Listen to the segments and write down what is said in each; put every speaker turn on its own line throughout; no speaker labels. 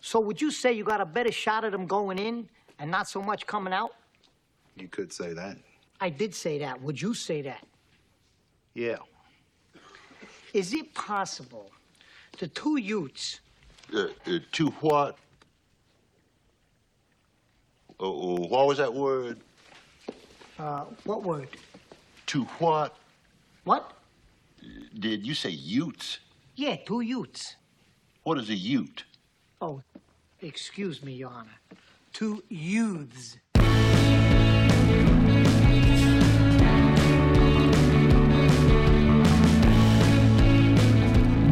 So would you say you got a better shot at them going in and not so much coming out?
You could say that.
I did say that. Would you say that?
Yeah.
Is it possible the two Utes,
Uh, uh, to what? Uh, uh, what was that word?
uh, what word?
To what?
What?
Did you say Utes?
Yeah, two Utes.
What is a Ute?
Oh, excuse me, Your Honor. Two youths.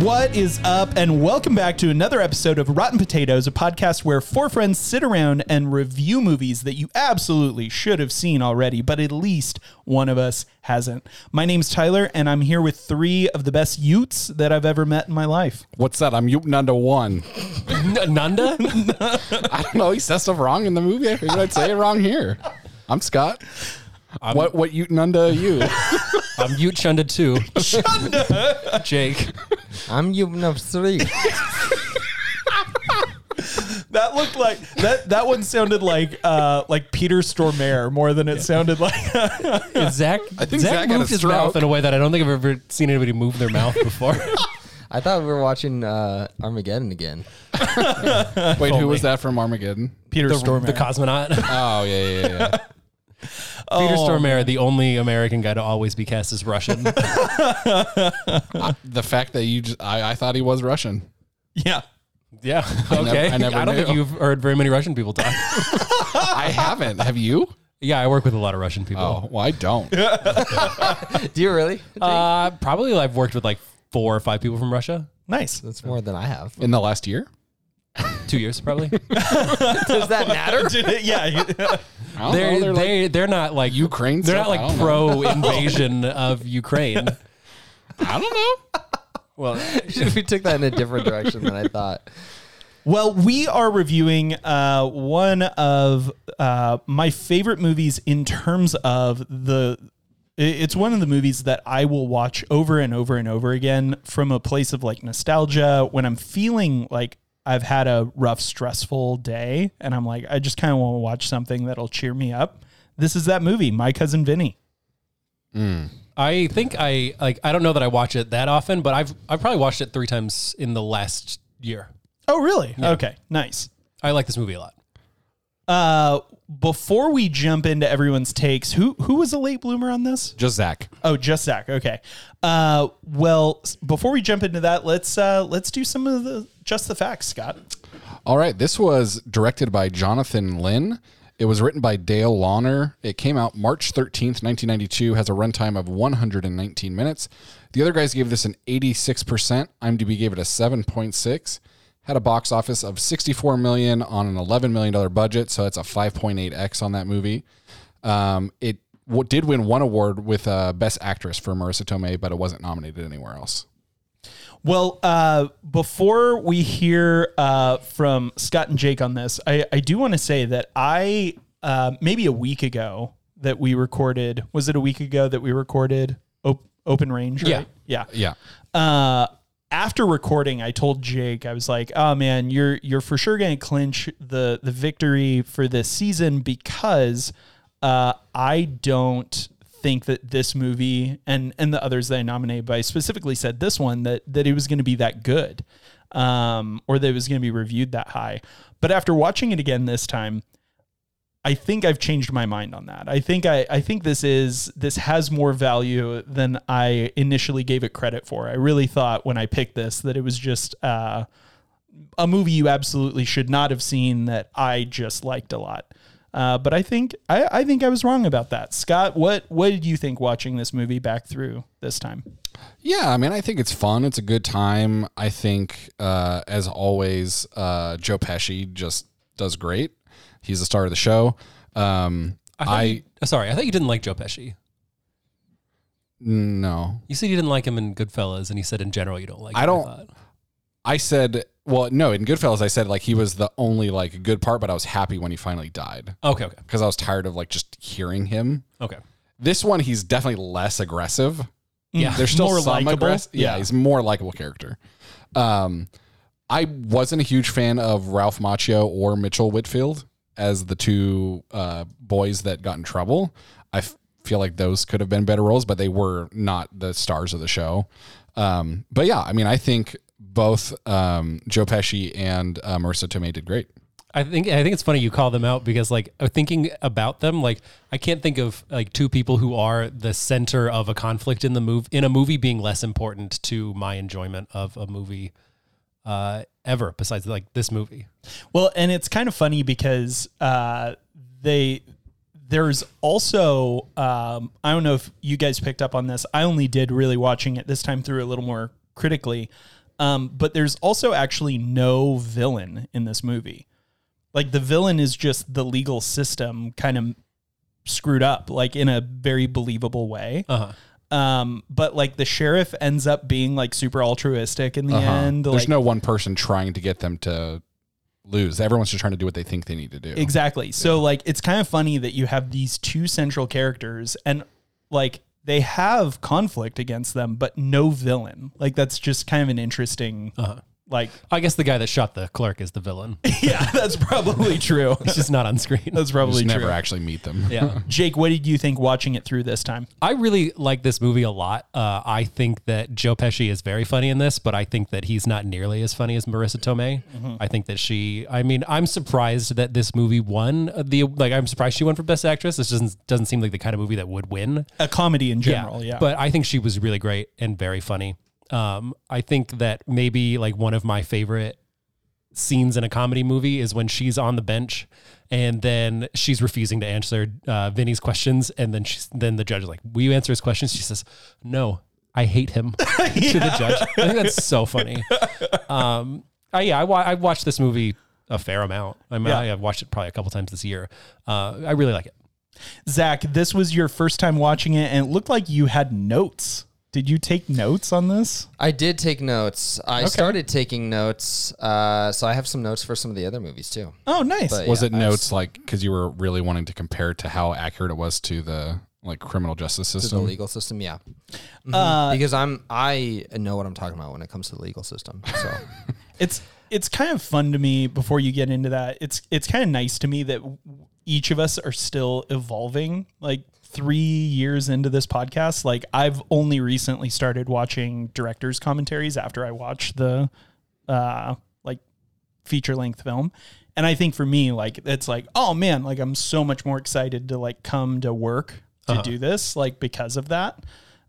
What is up, and welcome back to another episode of Rotten Potatoes, a podcast where four friends sit around and review movies that you absolutely should have seen already, but at least one of us hasn't. My name's Tyler, and I'm here with three of the best Utes that I've ever met in my life.
What's that? I'm Yup under one.
N- Nanda?
I don't know. He says stuff wrong in the movie. I figured I'd say it wrong here. I'm Scott. what what Ute Nunda are you?
I'm Ute Chunda too. Jake.
I'm Yubin of three.
That looked like that. That one sounded like uh, like Peter Stormare more than it sounded like.
Zach, I
think
Zach,
Zach had a
moved his
stroke.
mouth in a way that I don't think I've ever seen anybody move their mouth before.
I thought we were watching uh, Armageddon again.
Wait, who was that from Armageddon?
Peter
the,
Stormare.
the cosmonaut.
Oh yeah yeah yeah. yeah.
Peter Stormare, the only American guy to always be cast as Russian.
the fact that you just I, I thought he was Russian.
yeah.
yeah. Okay.
I never
don't think
knew.
you've heard very many Russian people talk.
I haven't. Have you?
yeah, I work with a lot of Russian people.
Oh well, I don't.
Do you really?
Uh, probably I've worked with like four or five people from Russia.
Nice.
That's more than I have.
In the last year,
Two years probably.
Does that matter?
Did it- yeah.
I don't
they're
know. They're like
they they're not like
Ukraine
They're not
stuff? I
like
don't
pro invasion of Ukraine.
I don't know.
Well,
we took that in a different direction than I thought.
Well, we are reviewing uh, one of uh, my favorite movies in terms of the. i- It's one of the movies that I will watch over and over and over again from a place of like nostalgia when I'm feeling like I've had a rough, stressful day and I'm like, I just kind of want to watch something that'll cheer me up. This is that movie, My Cousin Vinny.
I think I like I don't know that I watch it that often, but I've I've probably watched it three times in the last year.
Oh, really? Okay, nice.
I like this movie a lot.
Uh, before we jump into everyone's takes, who who was a late bloomer on this?
Just Zach.
Oh, just Zach. Okay. Uh, well, s- before we jump into that, let's uh, let's do some of the just the facts, Scott.
All right. This was directed by Jonathan Lynn. It was written by Dale Lawner. It came out March 13th, 1992, has a runtime of 119 minutes. The other guys gave this an 86%. IMDb gave it a 7.6. Had a box office of 64 million on an 11 million dollar budget, so that's a 5.8x on that movie. Um, it w- did win one award with uh, Best Actress for Marissa Tomei, but it wasn't nominated anywhere else.
Well, uh, before we hear uh, from Scott and Jake on this, I, I do want to say that I uh, maybe a week ago that we recorded was it a week ago that we recorded op- Open Range? Right? Yeah, yeah.
Yeah.
uh, after recording, I told Jake, I was like, "Oh man, you're you're for sure going to clinch the the victory for this season because uh, I don't think that this movie and and the others that I nominated, but I specifically said this one that that it was going to be that good, um, or that it was going to be reviewed that high. But after watching it again this time, I think I've changed my mind on that. I think I, I think this is this has more value than I initially gave it credit for. I really thought when I picked this that it was just uh, a movie you absolutely should not have seen that I just liked a lot. Uh, but I think I, I think I was wrong about that. Scott, what what did you think watching this movie back through this time?
Yeah, I mean, I think it's fun. It's a good time. I think, uh, as always, uh, Joe Pesci just does great. He's the star of the show. Um,
thought
I,
you- uh, sorry, I thought you didn't like Joe Pesci.
no,
You said you didn't like him in Goodfellas, and you said in general you don't like.
I
him,
don't-
thought.
I said, well, no, in Goodfellas, I said like he was the only like good part, but I was happy when he finally died
okay, okay,
because I was tired of like just hearing him.
okay.
This one, he's definitely less aggressive.
Yeah,
There's still
more
some
likable.
aggress- Yeah,
Yeah.
he's more likable character. Um, I wasn't a huge fan of Ralph Macchio or Mitchell Whitfield as the two uh, boys that got in trouble. I f- feel like those could have been better roles, but they were not the stars of the show. Um, but yeah, I mean, I think both um, Joe Pesci and uh, Marissa Tomei did great.
I think I think it's funny you call them out because like uh, thinking about them, like I can't think of like two people who are the center of a conflict in the move in a movie being less important to my enjoyment of a movie uh, ever besides like this movie.
Well, and it's kind of funny because uh, they there's also um, I don't know if you guys picked up on this. I only did really watching it this time through a little more critically, um, but there's also actually no villain in this movie. Like the villain is just the legal system kind of screwed up, like in a very believable way.
Uh-huh.
Um, but like the sheriff ends up being like super altruistic in the end.
Uh-huh. There's
like,
no one person trying to get them to lose. Everyone's just trying to do what they think they need to do.
Exactly. So like it's kind of funny that you have these two central characters and like they have conflict against them but no villain. Like that's just kind of an interesting like
I guess the guy that shot the clerk is the villain.
yeah, that's probably true.
He's just not on screen.
That's
Just
probably
never
true.
actually meet them.
yeah.
Jake, what did you think watching it through this time?
I really like this movie a lot. Uh, I think that Joe Pesci is very funny in this, but I think that he's not nearly as funny as Marissa Tomei. I think that she. I mean, I'm surprised that this movie won the like. I'm surprised she won for Best Actress. This doesn't doesn't seem like the kind of movie that would win.
A comedy in general, yeah.
But I think she was really great and very funny. Um, I think that maybe like one of my favorite scenes in a comedy movie is when she's on the bench and then she's refusing to answer uh, Vinny's questions. And then she's, then the judge is like, will you answer his questions? She says, no, I hate him to the judge. I think that's so funny. Um, I, yeah, I, wa- I watched this movie a fair amount. I mean,
Yeah.
I've watched it probably a couple times this year. Uh, I really like it.
Zach, this was your first time watching it and it looked like you had notes. Did you take notes on this?
I did take notes. I started taking notes, uh, so I have some notes for some of the other movies too.
Oh, nice.
But
Was
yeah,
it
I have
notes like because you were really wanting to compare it to how accurate it was to the like criminal justice
s- to the
system?
legal system? Yeah, Mhm. because I'm I know what I'm talking about when it comes to the legal system. So
it's it's kind of fun to me before you get into that it's it's kind of nice to me that w- each of us are still evolving like three years into this podcast like i've only recently started watching directors commentaries after i watched the uh like feature length film and i think for me like it's like oh man like i'm so much more excited to like come to work to
Uh-huh.
do this like because of that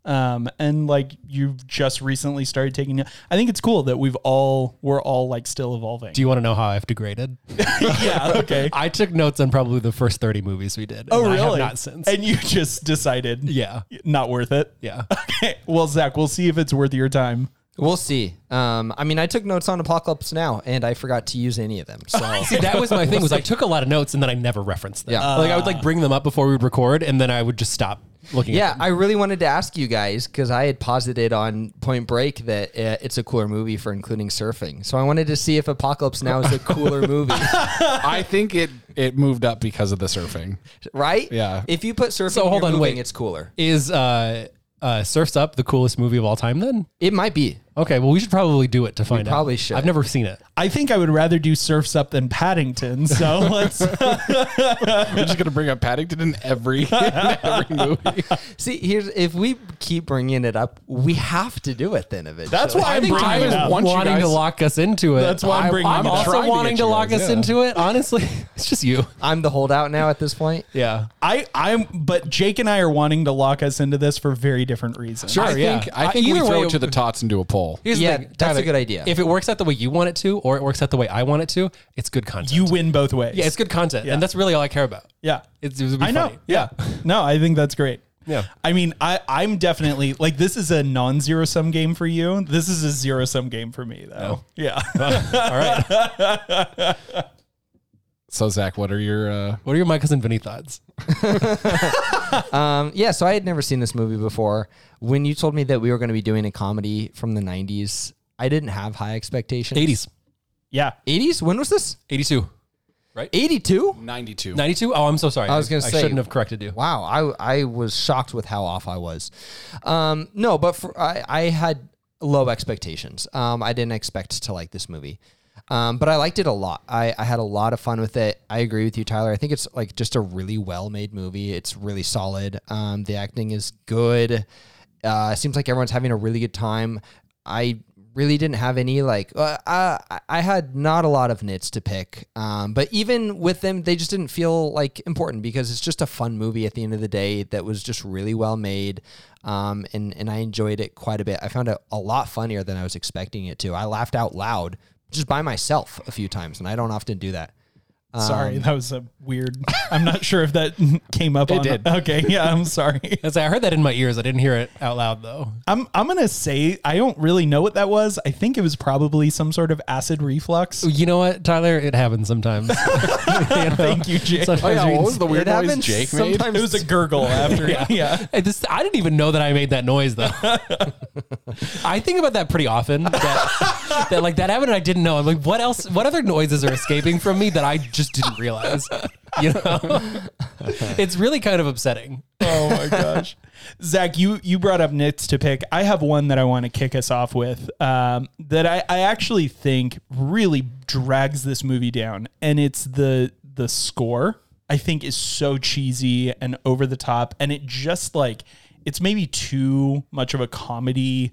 um and like you've just recently started taking i think it's cool that we've all we're all like still evolving
Do you want to know how I've degraded?
yeah okay
I took notes on probably the first 30 movies we did.
oh
and
really
I have not since.
and you just decided
yeah.
not worth it
Yeah.
okay well zach we'll see if it's worth your time
we'll see. Um, I mean, I took notes on Apocalypse Now, and I forgot to use any of them. So
See, that was my thing was I took a lot of notes and then I never referenced them.
Oh, Yeah.
like I would like bring them up before we would record and then I would just stop looking
Yeah,
at them.
I really wanted to ask you guys because I had posited on Point Break that uh, it's a cooler movie for including surfing. So I wanted to see if Apocalypse Now is a cooler movie,
I think it it moved up because of the surfing.
right?
Yeah.
If you put surfing,
So hold on,
moving,
wait.
it's cooler.
Is uh uh Surf's Up the coolest movie of all time then?
It might be.
Okay, well we should probably do it to find out.
probably should.
I've never seen it.
i think i would rather do surfs up than paddington so let's
We're just gonna bring up Paddington in every in every movie.
See, here's if we keep bringing it up, we have to do it then eventually.
that's why i'm
I
bringing it
was
up.
want you
wanting
guys-
to lock us into it.
That's why I'm
I-
bringing
I'm
it up.
Trying
also
to
wanting
get
to
you
lock
guys,
us
yeah.
into it. Honestly, it's just you.
I'm the holdout now at this point.
Yeah.
I I'm but Jake and I are wanting to lock us into this for very different reasons.
I
yeah.
think
Uh,
I think we
Either
throw
way,
it to the tots and do a poll.
Here's the
Yeah,
thing,
that's a good idea.
If it works out the way you want it to, or it works out the way I want it to, it's good content.
You win both ways.
yeah, it's good content, and that's really all I care about.
Yeah.
It's, it would be
I know.
funny.
Yeah. no, I think that's great.
Yeah.
I mean, I I'm definitely like this is a non-zero sum game for you. This is a zero sum game for me though. Yeah.
all right.
So Zach, what are your uh,
What are your my cousin Vinny thoughts?
Um, yeah, so I had never seen this movie before. When you told me that we were going to be doing a comedy from the 90s, I didn't have high expectations.
Eighties,
yeah.
80s? When was this?
eighty-two,
82?
92?
ninety-two. Oh, I'm so sorry. I
was gonna
I
say-
shouldn't have corrected you.
Wow, I I was shocked with how off I was. Um, no, but for, I I had low expectations. Um, I didn't expect to like this movie, um, but I liked it a lot. I, I had a lot of fun with it. I agree with you, Tyler. I think it's like just a really well made movie. It's really solid. Um, the acting is good. Uh, it seems like everyone's having a really good time. I really didn't have any like uh, I, I had not a lot of nits to pick um, but even with them they just didn't feel like important because it's just a fun movie at the end of the day that was just really well made um, and, and i enjoyed it quite a bit i found it a lot funnier than i was expecting it to i laughed out loud just by myself a few times and i don't often do that
Um,
Sorry, that was a weird. I'm not sure if that came up. It on,
did.
Okay, yeah, I'm sorry.
As I heard that in my ears, I didn't hear it out loud though.
I'm I'm gonna say I don't really know what that was. I think it was probably some sort of acid reflux.
Oh, You know what, Tyler? It happens sometimes. You know?
Thank you, Jake.
Sometimes
Oh, yeah,
we-
what was the weird
it
noise
happens
Jake made?
sometimes
It was a gurgle after. yeah.
I just I didn't even know that I made that noise though. I think about that pretty often. That, that like that happened and I didn't know. I'm like, what else what other noises are escaping from me that I just didn't realize? You know? it's really kind of upsetting.
Oh my gosh, Zach, you you brought up nits to pick. I have one that I want to kick us off with um, that I, I actually think really drags this movie down, and it's the the score. I think is so cheesy and over the top, and it just like it's maybe too much of a comedy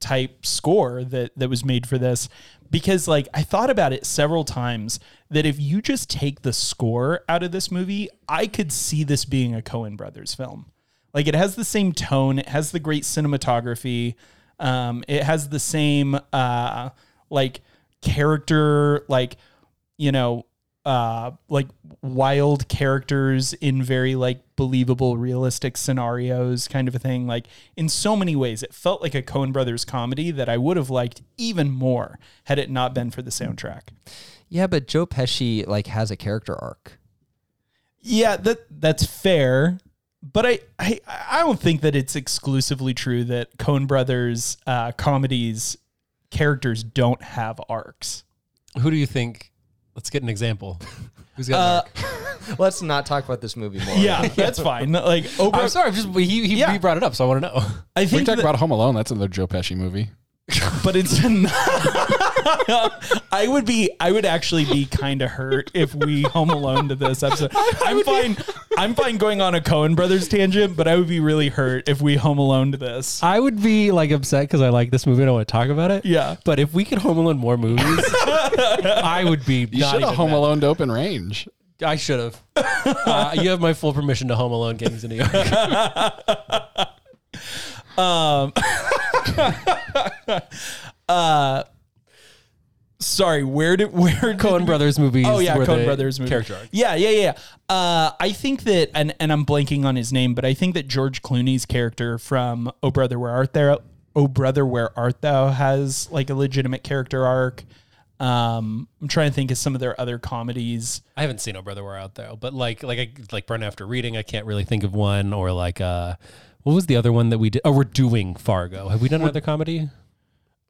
type score that that was made for this because like I thought about it several times that if you just take the score out of this movie, I could see this being a Coen Brothers film. Like it has the same tone, it has the great cinematography, um, it has the same uh, like character, like you know, uh, like wild characters in very like believable, realistic scenarios, kind of a thing. Like in so many ways, it felt like a Coen Brothers comedy that I would have liked even more had it not been for the soundtrack.
yeah but joe pesci like has a character arc
Yeah, that that's fair. But I, I, I don't think that it's exclusively true that Coen Brothers uh, comedies characters don't have arcs.
Who do you think? Let's get an example. Who's got an arc?
let's not talk about this movie more
Yeah, that's fine. Like
I'm
Oprah,
sorry, I'm just he he,
Yeah.
he brought it up, so I want to know.
I
We
think
talk
that-
about Home Alone. That's another Joe Pesci movie.
but it's I would be I would actually be kind of hurt if we home alone to this episode. I'm fine. I'm fine going on a Cohen brothers tangent, but I would be really hurt if we home alone to this.
I would be like upset because I like this movie and I want to talk about it.
Yeah.
But if we could home alone more movies, I would be
You
not
should have
even
Home
mad.
Alone to Open Range.
I should have. Uh, you have my full permission to Home Alone gangs in New York.
Sorry, where did where did
Coen Brothers movies.
Oh yeah,
were
Coen
the
Brothers movie.
Character arc.
Yeah, yeah, yeah. Uh, I think that, and and I'm blanking on his name, but I think that George Clooney's character from Oh Brother Where Art Thou, Oh Brother Where Art Thou, has like a legitimate character arc. Um, I'm trying to think of some of their other comedies.
I haven't seen Oh Brother We're Out though, but like like I like Burn After Reading, I can't really think of one or like uh what was the other one that we did? Oh, we're doing Fargo. Have we done another comedy?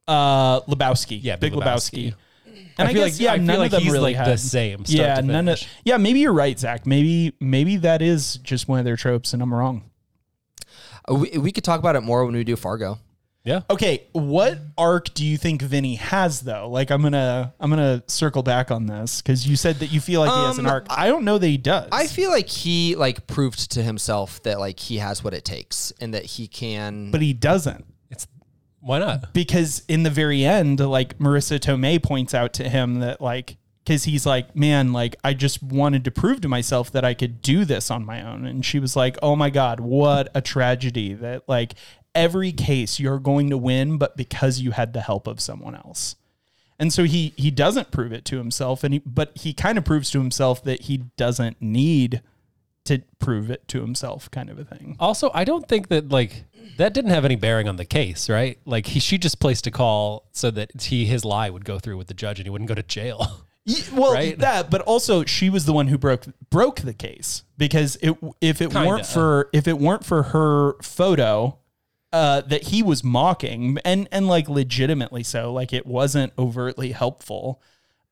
Uh, Lebowski,
Yeah,
Big
Big
Lebowski.
Lebowski.
And
I
I,
feel
guess
like-
yeah,
I feel
none
like
of them
he's,
really
like, the
had-
same, start
Yeah,
to
none of
finish.
yeah. Maybe you're right, Zach. Maybe maybe that is just one of their tropes, and I'm wrong.
Uh, we, we could talk about it more when we do fargo
Yeah.
Okay, what arc do you think Vinny has though? Like I'm gonna I'm gonna circle back on this because you said that you feel like he has an
Um,
arc. I don't know that he does.
I feel like he like proved to himself that like he has what it takes and that he can.
but he doesn't.
It's why not?
Because in the very end, like Marissa Tomei points out to him that like because he's like, Man, like I just wanted to prove to myself that I could do this on my own. And she was like, Oh my god, what a tragedy that like every case you're going to win, but because you had the help of someone else. And so he he doesn't prove it to himself, and he, but he kind of proves to himself that he doesn't need to prove it to himself, kind of a thing.
Also, I don't think that like that didn't have any bearing on the case, right? Like he she just placed a call so that he his lie would go through with the judge and he wouldn't go to jail.
well,
Right?
that, but also she was the one who broke broke the case because it if it weren't
Kinda.
for if it weren't for her photo. Uh, that he was mocking and and like legitimately so like it wasn't overtly helpful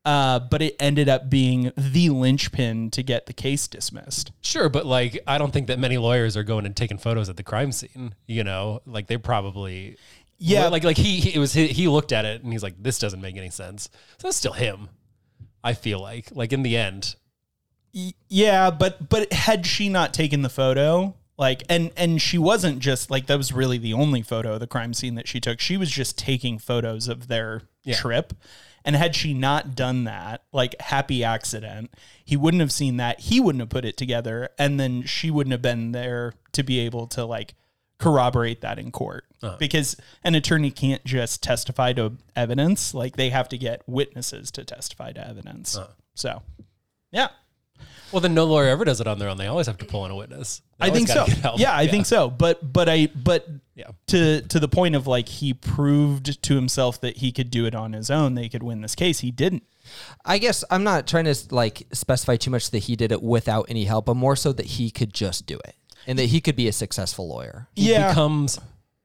uh, but it ended up being the linchpin to get the case dismissed
Sure, but like I don't think that many lawyers are going and taking photos at the crime scene. You know, like they probably
Yeah.
like like he, he it was he, he looked at it and he's like, this doesn't make any sense. So it's still him. I feel like like in the end,
Y- yeah but but had she not taken the photo like and and she wasn't just like that was really the only photo of the crime scene that she took she was just taking photos of their trip and had she not done that like happy accident he wouldn't have seen that he wouldn't have put it together and then she wouldn't have been there to be able to like corroborate that in court because an attorney can't just testify to evidence like they have to get witnesses to testify to evidence so yeah
well then no lawyer ever does it on their own. They always have to pull in a witness. They
I
always
think so.
gotta get help.
Yeah, I think so. But but I but
Yeah.
to to the point of like he proved to himself that he could do it on his own. They could win this case. He didn't.
I guess I'm not trying to like specify too much that he did it without any help, but more so that he could just do it and that he could be a successful lawyer.
He
yeah,
becomes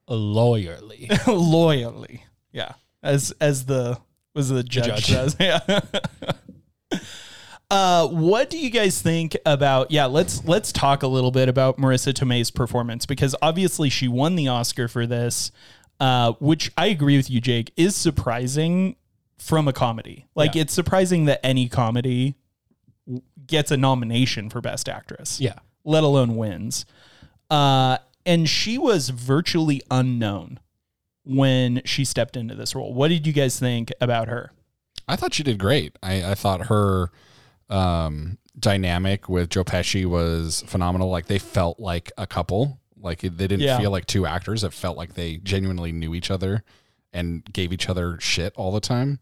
lawyerly.
loyally. Yeah, as as the was the judge,
judge.
says. Yeah. Uh, what do you guys think about? Yeah, let's let's talk a little bit about Marissa Tomei's performance because obviously she won the Oscar for this, uh, which I agree with you, Jake, is surprising from a comedy. Like it's surprising that any comedy w- gets a nomination for Best Actress
yeah.
let alone wins. Uh, and she was virtually unknown when she stepped into this role. What did you guys think about her?
I thought she did great. I, I thought her um, dynamic with Joe Pesci was phenomenal. Like they felt like a couple. Like it- they didn't
Yeah.
feel like two actors. It felt like they genuinely knew each other and gave each other shit all the time.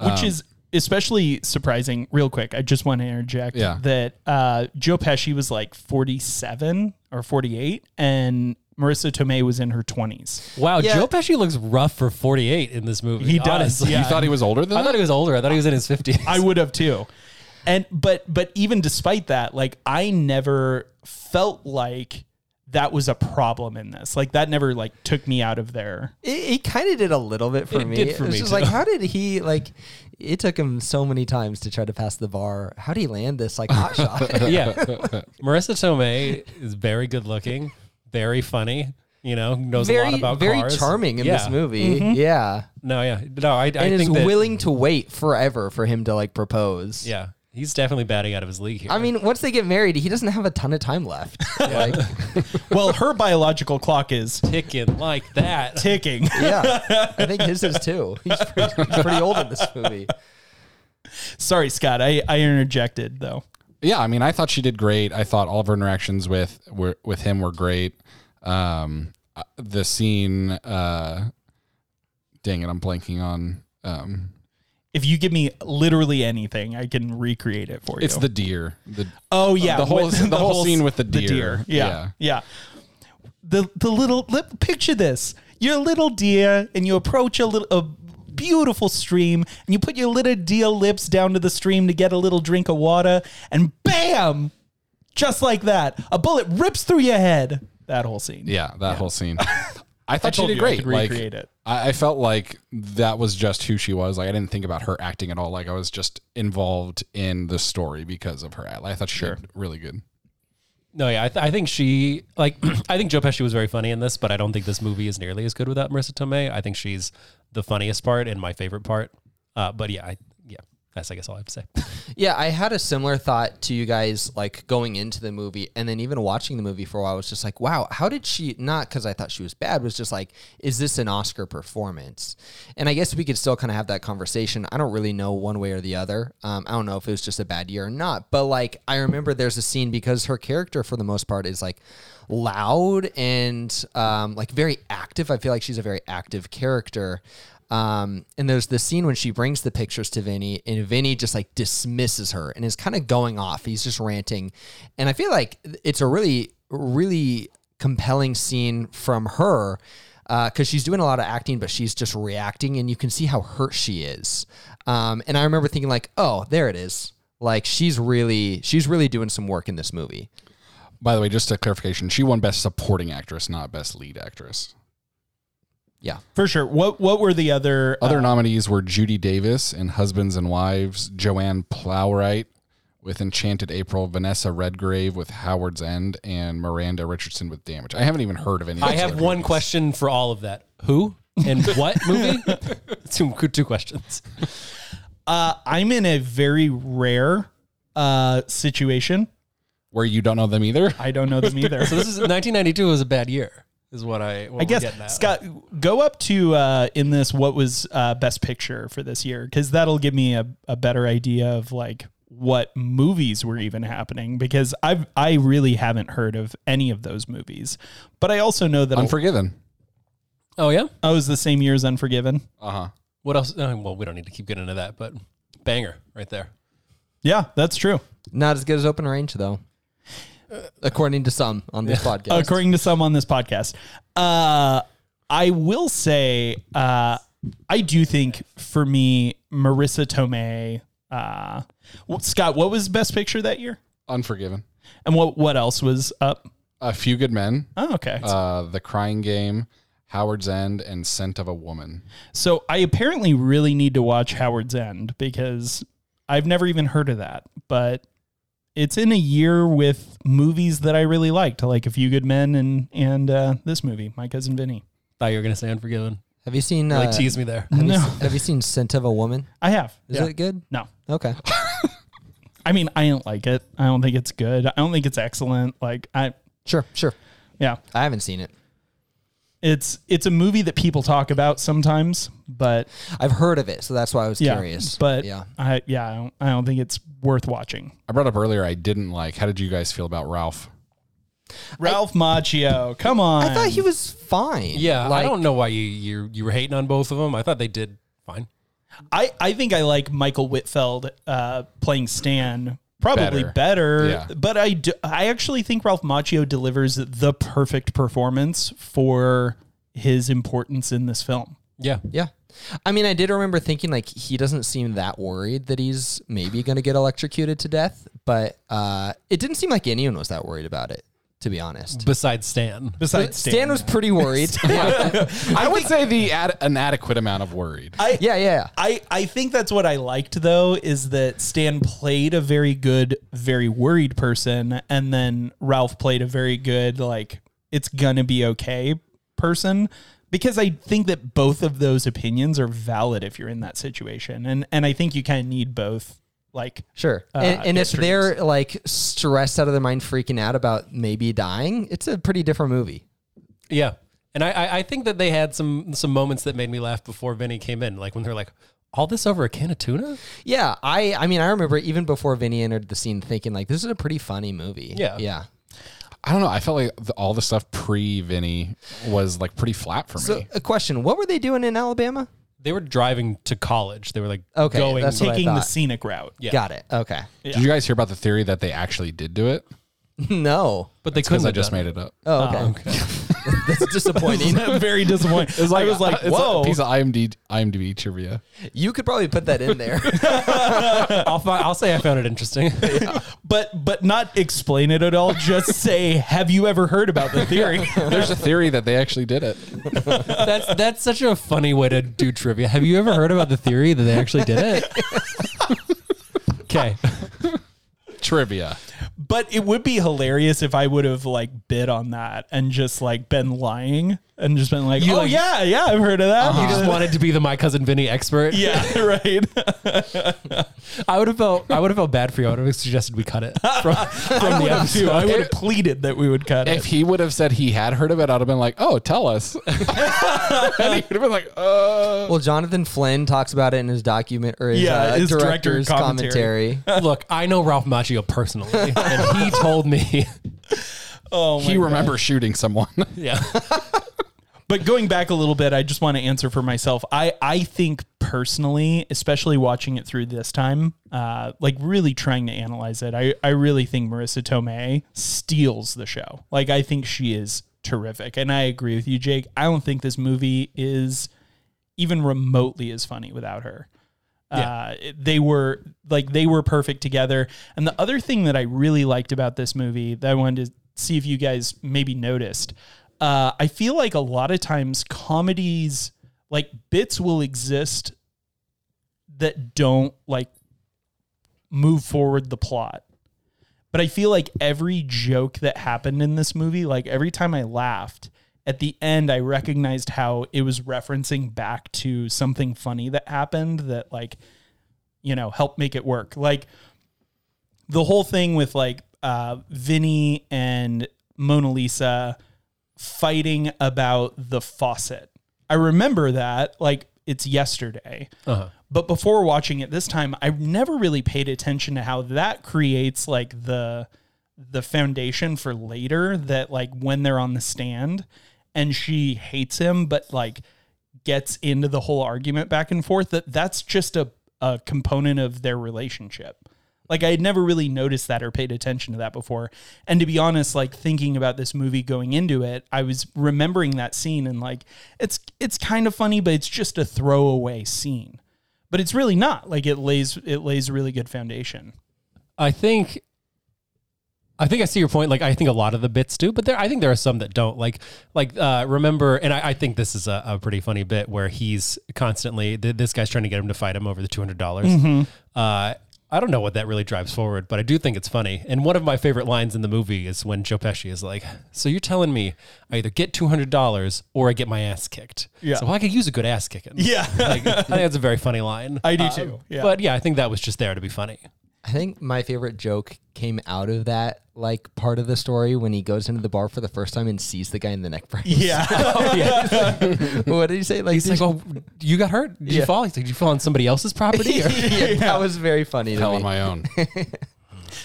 Which is especially surprising. Real quick, I just want to interject
Yeah.
that uh, Joe Pesci was like 47 or 48, and Marissa Tomei was in her 20s.
Wow,
Yeah.
Joe Pesci looks rough for 48 in this movie.
He does,
honestly.
yeah.
You thought he was older than
I
that?
thought he was older. I thought he was in his 50s.
I would have too. And but but even despite that, like I never felt like that was a problem in this. Like that never like took me out of there.
It, it kind of did a little bit for
It
me.
did for
it was
me,
just
too.
like, how did he like? It took him so many times to try to pass the bar. How did he land this like hot shot?
yeah. Marissa Tomei is very good looking, very funny, you know, knows a
very,
lot about
very
cars.
charming in
Yeah.
this movie. Yeah,
No, yeah. No, I, I
and is
think that,
willing to wait forever for him to like propose.
Yeah. He's definitely batting out of his league here.
I mean, once they get married, he doesn't have a ton of time left. Like,
Well, her biological clock is
ticking like that.
ticking.
yeah, I think his is too. He's pretty, he's pretty old in this movie.
Sorry, Scott. I, I interjected though.
yeah, I mean, I thought she did great. I thought all of her interactions with were, with him were great. Um, uh, the scene, uh, dang it, I'm blanking on. Um,
If you give me literally anything, I can recreate it for you.
it's the deer. The,
oh yeah,
the whole-
with-
the whole scene
s-
with the deer.
Yeah, yeah. The the little let- picture this. You're a little deer, and you approach a little a beautiful stream, and you put your little deer lips down to the stream to get a little drink of water, and bam, just like that, a bullet rips through your head. That whole scene.
Yeah, that whole scene. I thought she
told
did
you I
great.
could
like,
recreate it.
I, I felt like that was just who she was. Like I didn't think about her acting at all. Like I was just involved in the story because of her. act. I thought she did really good.
No, yeah, I, th- I think she like I think Joe Pesci was very funny in this, but I don't think this movie is nearly as good without Marissa Tomei. I think she's the funniest part and my favorite part. Uh, but yeah, I, yeah, that's I guess all I have to say.
Yeah, I had a similar thought to you guys, like going into the movie and then even watching the movie for a while. I was just like, wow, how did she not? Because I thought she was bad, was just like, is this an Oscar performance? And I guess we could still kind of have that conversation. I don't really know one way or the other. Um, I don't know if it was just a bad year or not, but like, I remember there's a scene because her character, for the most part, is like loud and um, like very active. I feel like she's a very active character. Um, and there's the scene when she brings the pictures to Vinny, and Vinny just like dismisses her and is kind of going off. He's just ranting. And I feel like it's a really, really compelling scene from her because she's doing a lot of acting, but she's just reacting, and you can see how hurt she is. Um, and I remember thinking, like, oh, there it is. Like she's really, she's really doing some work in this movie.
By the way, just a clarification: she won Best Supporting Actress, not Best Lead Actress.
Yeah.
For sure. What what were the other
Other nominees were Judy Davis in Husbands and Wives, Joanne Plowright with Enchanted April, Vanessa Redgrave with Howard's End, and Miranda Richardson with Damage. I haven't even heard of any. of
I
those
have
other
one
movies.
question for all of that. Who? And what movie? two, two questions.
Uh, I'm in a very rare uh, situation.
Where you don't know them either.
I don't know them either.
So this is 1992 was a bad year, is what I.
I
What we're getting at.
guess Scott, go up to uh, in this what was uh, best picture for this year because that'll give me a, a better idea of like what movies were even happening because I've I really haven't heard of any of those movies, but I also know that
Unforgiven.
Oh yeah.
oh, it was the same year as Unforgiven.
What else? uh, well, we don't need to keep getting into that, but banger right there.
Yeah, that's true.
Not as good as Open Range though, according to some on this podcast.
according to some on this podcast. Uh, I will say, uh, I do think for me, Marissa Tomei. Uh, wh- Scott, what was best picture that year?
Unforgiven.
And what what else was up?
A Few Good Men,
Oh, okay.
uh, The Crying Game, Howard's End, and Scent of a Woman.
so I apparently really need to watch Howard's End because I've never even heard of that, but it's in a year with movies that I really liked, like A Few Good Men and and uh, this movie, My Cousin Vinny.
Thought you were gonna say Unforgiven.
Have you seen?
Like
uh,
tease me there.
have, you
No.
seen, have you seen Scent of a Woman?
I have.
Is
Yeah.
it good?
No.
Okay.
I mean, I don't like it. I don't think it's good. I don't think it's excellent. Like I
Sure, sure.
yeah.
I haven't seen it.
It's it's a movie that people talk about sometimes, but
I've heard of it, so that's why I was
yeah.
curious.
But
yeah,
yeah. I yeah, I don't, I don't think it's worth watching.
I brought up earlier I didn't like. How did you guys feel about Ralph?
Ralph Macchio, come on.
I thought he was fine.
Yeah,
like,
I don't know why you you you were hating on both of them. I thought they did fine.
I, I think I like Michael Whitfeld uh, playing Stan probably
Better.
better,
Yeah.
but I, do, I actually think Ralph Macchio delivers the perfect performance for his importance in this film.
Yeah,
Yeah. I mean, I did remember thinking like he doesn't seem that worried that he's maybe going to get electrocuted to death, but uh, it didn't seem like anyone was that worried about it, to be honest.
besides Stan.
Besides Stan,
Stan was pretty worried. yeah.
I, would say the ad- an adequate amount of worried.
I,
yeah, yeah,
I, I think that's what I liked though is that Stan played a very good, very worried person, and then Ralph played a very good like it's gonna be okay person. Because I think that both of those opinions are valid if you're in that situation, and and I think you kind of need both. Like
Sure. and and if they're like stressed out of their mind, freaking out about maybe dying, it's a pretty different movie.
Yeah, and I- I I think that they had some some moments that made me laugh before Vinny came in, like when they're like, "All this over a can of tuna."
Yeah, I I mean I remember even before Vinny entered the scene thinking like this is a pretty funny movie.
Yeah.
Yeah.
I don't know. I felt like the, all the stuff pre Vinny was like pretty flat for
So
me.
a question, what were they doing in Alabama?
They were driving to college. They were like
Okay,
going.
that's what I
taking the
thought.
scenic route,
Yeah.
Got it. Okay.
Did you guys hear about the theory that they actually did do it?
no.
but they
Because
couldn't.
I
have
just
done
made it up.
Oh, okay. That's disappointing.
very disappointing. I was like,
it's a
whoa,
piece of IMD, IMDb trivia.
You could probably put that in there.
it. I'll fi- I'll say I found it interesting.
but but not explain it at all. Just say, have you ever heard about the theory?
There's a theory that they actually did it.
that's that's such a funny way to do trivia. Have you ever heard about the theory that they actually did
Oh,
it? Okay.
Trivia.
But it would be hilarious if I would have like bid on that and just like been lying and just been like,
You,
oh
like-
yeah,
Uh-huh.
yeah, I've heard of that. Uh-huh.
You just wanted to be the my cousin Vinny expert.
yeah, right.
I would have felt I would have felt bad for you. I would have suggested we cut it from, from the
I would too.
episode.
I would have pleaded that we would cut
If
it.
he would have said he had heard of it, I'd have been like, "Oh, tell us." and he would have been like, "Uh."
well, Jonathan Flynn talks about it in his document or his,
Yeah,
uh,
his
director's
director's
commentary.
commentary.
Look, I know Ralph Macchio personally, and he told me.
Oh,
He
my-
remembers shooting someone.
Yeah.
but going back a little bit, I just want to answer for myself. I I think personally, especially watching it through this time, uh, like really trying to analyze it, I I really think Marissa Tomei steals the show. Like I think she is terrific, and I agree with you, Jake. I don't think this movie is even remotely as funny without her. Uh, it- they were like they were perfect together. And the other thing that I really liked about this movie that I wanted to see if you guys maybe noticed, uh, I feel like a lot of times comedies like bits will exist that don't like move forward the plot. But I feel like every joke that happened in this movie, like every time I laughed, at the end, I recognized how it was referencing back to something funny that happened that, like, you know, helped make it work. Like, the whole thing with like uh, Vinny and Mona Lisa fighting about the faucet. I remember that like it's yesterday. But before watching it this time, I never really paid attention to how that creates like the the foundation for later that like when they're on the stand and she hates him but like gets into the whole argument back and forth that that's just a, a component of their relationship like i had never really noticed that or paid attention to that before and to be honest like thinking about this movie going into it i was remembering that scene and like it's it's kind of funny but it's just a throwaway scene but it's really not like it lays it lays a really good foundation
I think I think I see your point. Like I think a lot of the bits do, but there I think there are some that don't. Like like uh, remember, and I, I think this is a, a pretty funny bit where he's constantly th- this guy's trying to get him to fight him over the two hundred dollars.
Mm-hmm.
Uh, I don't know what that really drives forward, but I do think it's funny. And one of my favorite lines in the movie is when Joe Pesci is like, "So you're telling me I either get two hundred dollars or I get my ass kicked?
Yeah.
So I could use a good ass kicking.
Yeah.
like, I think that's a very funny line.
I do
Uh,
too, yeah.
But yeah, I think that was just there to be funny.
I think my favorite joke came out of that like part of the story when he goes into the bar for the first time and sees the guy in the neck brace.
yeah
what did he say? Like,
He's like, well, you got hurt. Did
Yeah.
you fall? He's like, did you fall on somebody else's property? Or-
yeah, that was very funny. To
Hell
me.
on my own.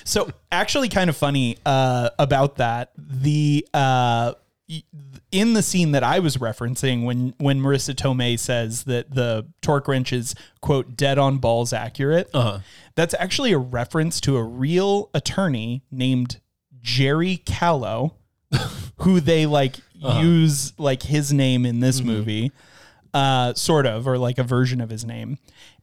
So actually, kind of funny uh, about that. The uh, y- in the scene that I was referencing when when Marissa Tomei says that the torque wrench is quote dead on balls accurate. Uh-huh. That's actually a reference to a real attorney named Jerry Callow, who they like use like his name in this movie uh, sort of or like a version of his name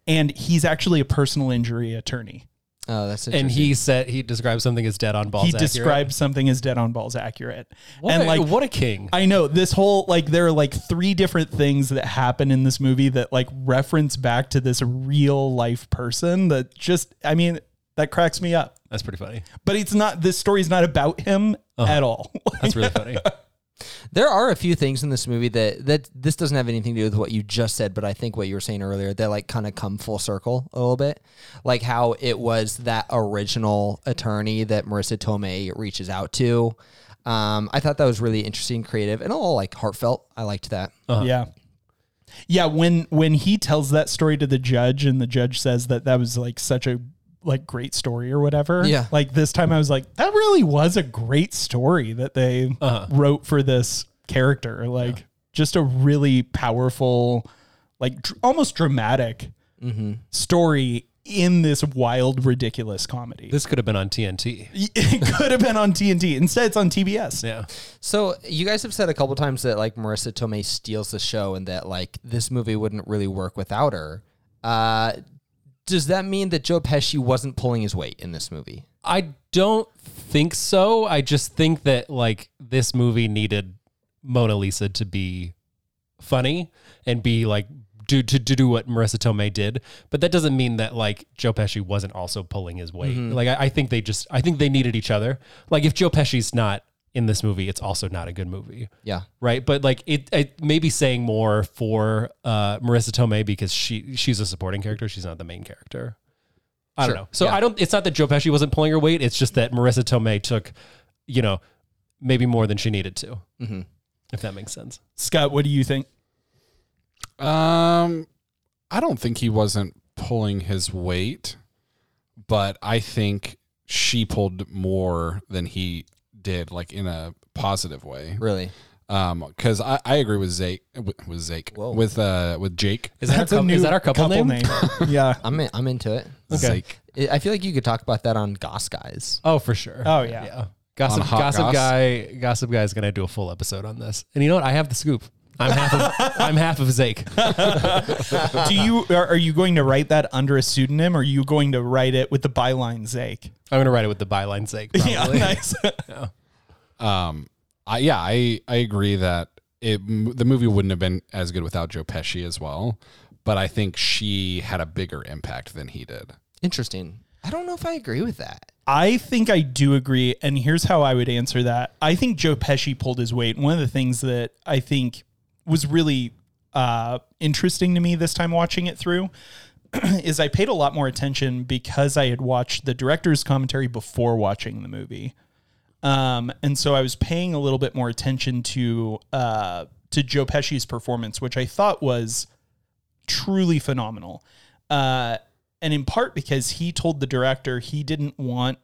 and he's actually a personal injury attorney
Oh, that's interesting.
and he said he described something as dead on balls.
he
accurate.
described something as dead on balls accurate.
what
and
a,
like
what a king.
I know this whole like there are like three different things that happen in this movie that like reference back to this real life person that just I mean that cracks me up.
That's pretty funny.
But it's not this story's not about him at all.
Uh-huh. That's really funny.
There are a few things in this movie that that this doesn't have anything to do with what you just said, but I think what you were saying earlier that like kind of come full circle a little bit, like how it was that original attorney that Marissa Tomei reaches out to. Um, I thought that was really interesting, creative, and all like heartfelt. I liked that.
Uh-huh.
Yeah. Yeah, when when he tells that story to the judge and the judge says that that was like such a like great story or whatever.
Yeah.
Like this time I was like that really was a great story that they
Uh-huh.
wrote for this character. Like just a really powerful like dr- almost dramatic
Mm-hmm.
story in this wild ridiculous comedy.
this could have been on TNT.
it could have been on TNT. Instead it's on TBS.
Yeah.
So you guys have said a couple times that like Marissa Tomei steals the show, and that like this movie wouldn't really work without her. Uh, does that mean that Joe Pesci wasn't pulling his weight in this movie?
I don't think so. I just think that like this movie needed Mona Lisa to be funny and be like do to, to do what Marissa Tomei did, but that doesn't mean that like Joe Pesci wasn't also pulling his weight. Like I, I think they just I think they needed each other. Like if Joe Pesci's not in this movie, it's also not a good movie.
Yeah.
Right, but like it, it maybe saying more for uh, Marissa Tomei because she she's a supporting character. She's not the main character. I
Sure,
don't know. So
yeah.
I don't. It's not that Joe Pesci wasn't pulling her weight. It's just that Marissa Tomei took, you know, maybe more than she needed to. If that makes sense.
Scott, what do you think?
Um, I don't think he wasn't pulling his weight, but I think she pulled more than he did, like in a positive way.
Really?
Um, because I, I agree with Zake with, with Zake
Whoa.
with uh with Jake.
Is that, our, couple, is that our couple, name?
yeah.
I'm in, I'm into it.
Zake.
I I feel like you could talk about that on Goss Guys.
Oh, for sure.
Oh, yeah.
Gossip,
On Hot
gossip
Goss.
guy, gossip guy is gonna do a full episode on this. And you know what? I have the scoop. I'm half. Of, I'm half of Zake.
Do you are, are you going to write that under a pseudonym, or are you going to write it with the byline Zake?
I'm gonna write it with the byline Zake. Probably.
Yeah, nice.
Um, I yeah, I I agree that it m- the movie wouldn't have been as good without Joe Pesci as well, but I think she had a bigger impact than he did.
Interesting. I don't know if I agree with that.
I think I do agree, and here's how I would answer that. I think Joe Pesci pulled his weight. One of the things that I think was really uh, interesting to me this time watching it through is I paid a lot more attention because I had watched the director's commentary before watching the movie. Um, and so I was paying a little bit more attention to uh, to Joe Pesci's performance, which I thought was truly phenomenal. Uh, and in part because he told the director he didn't want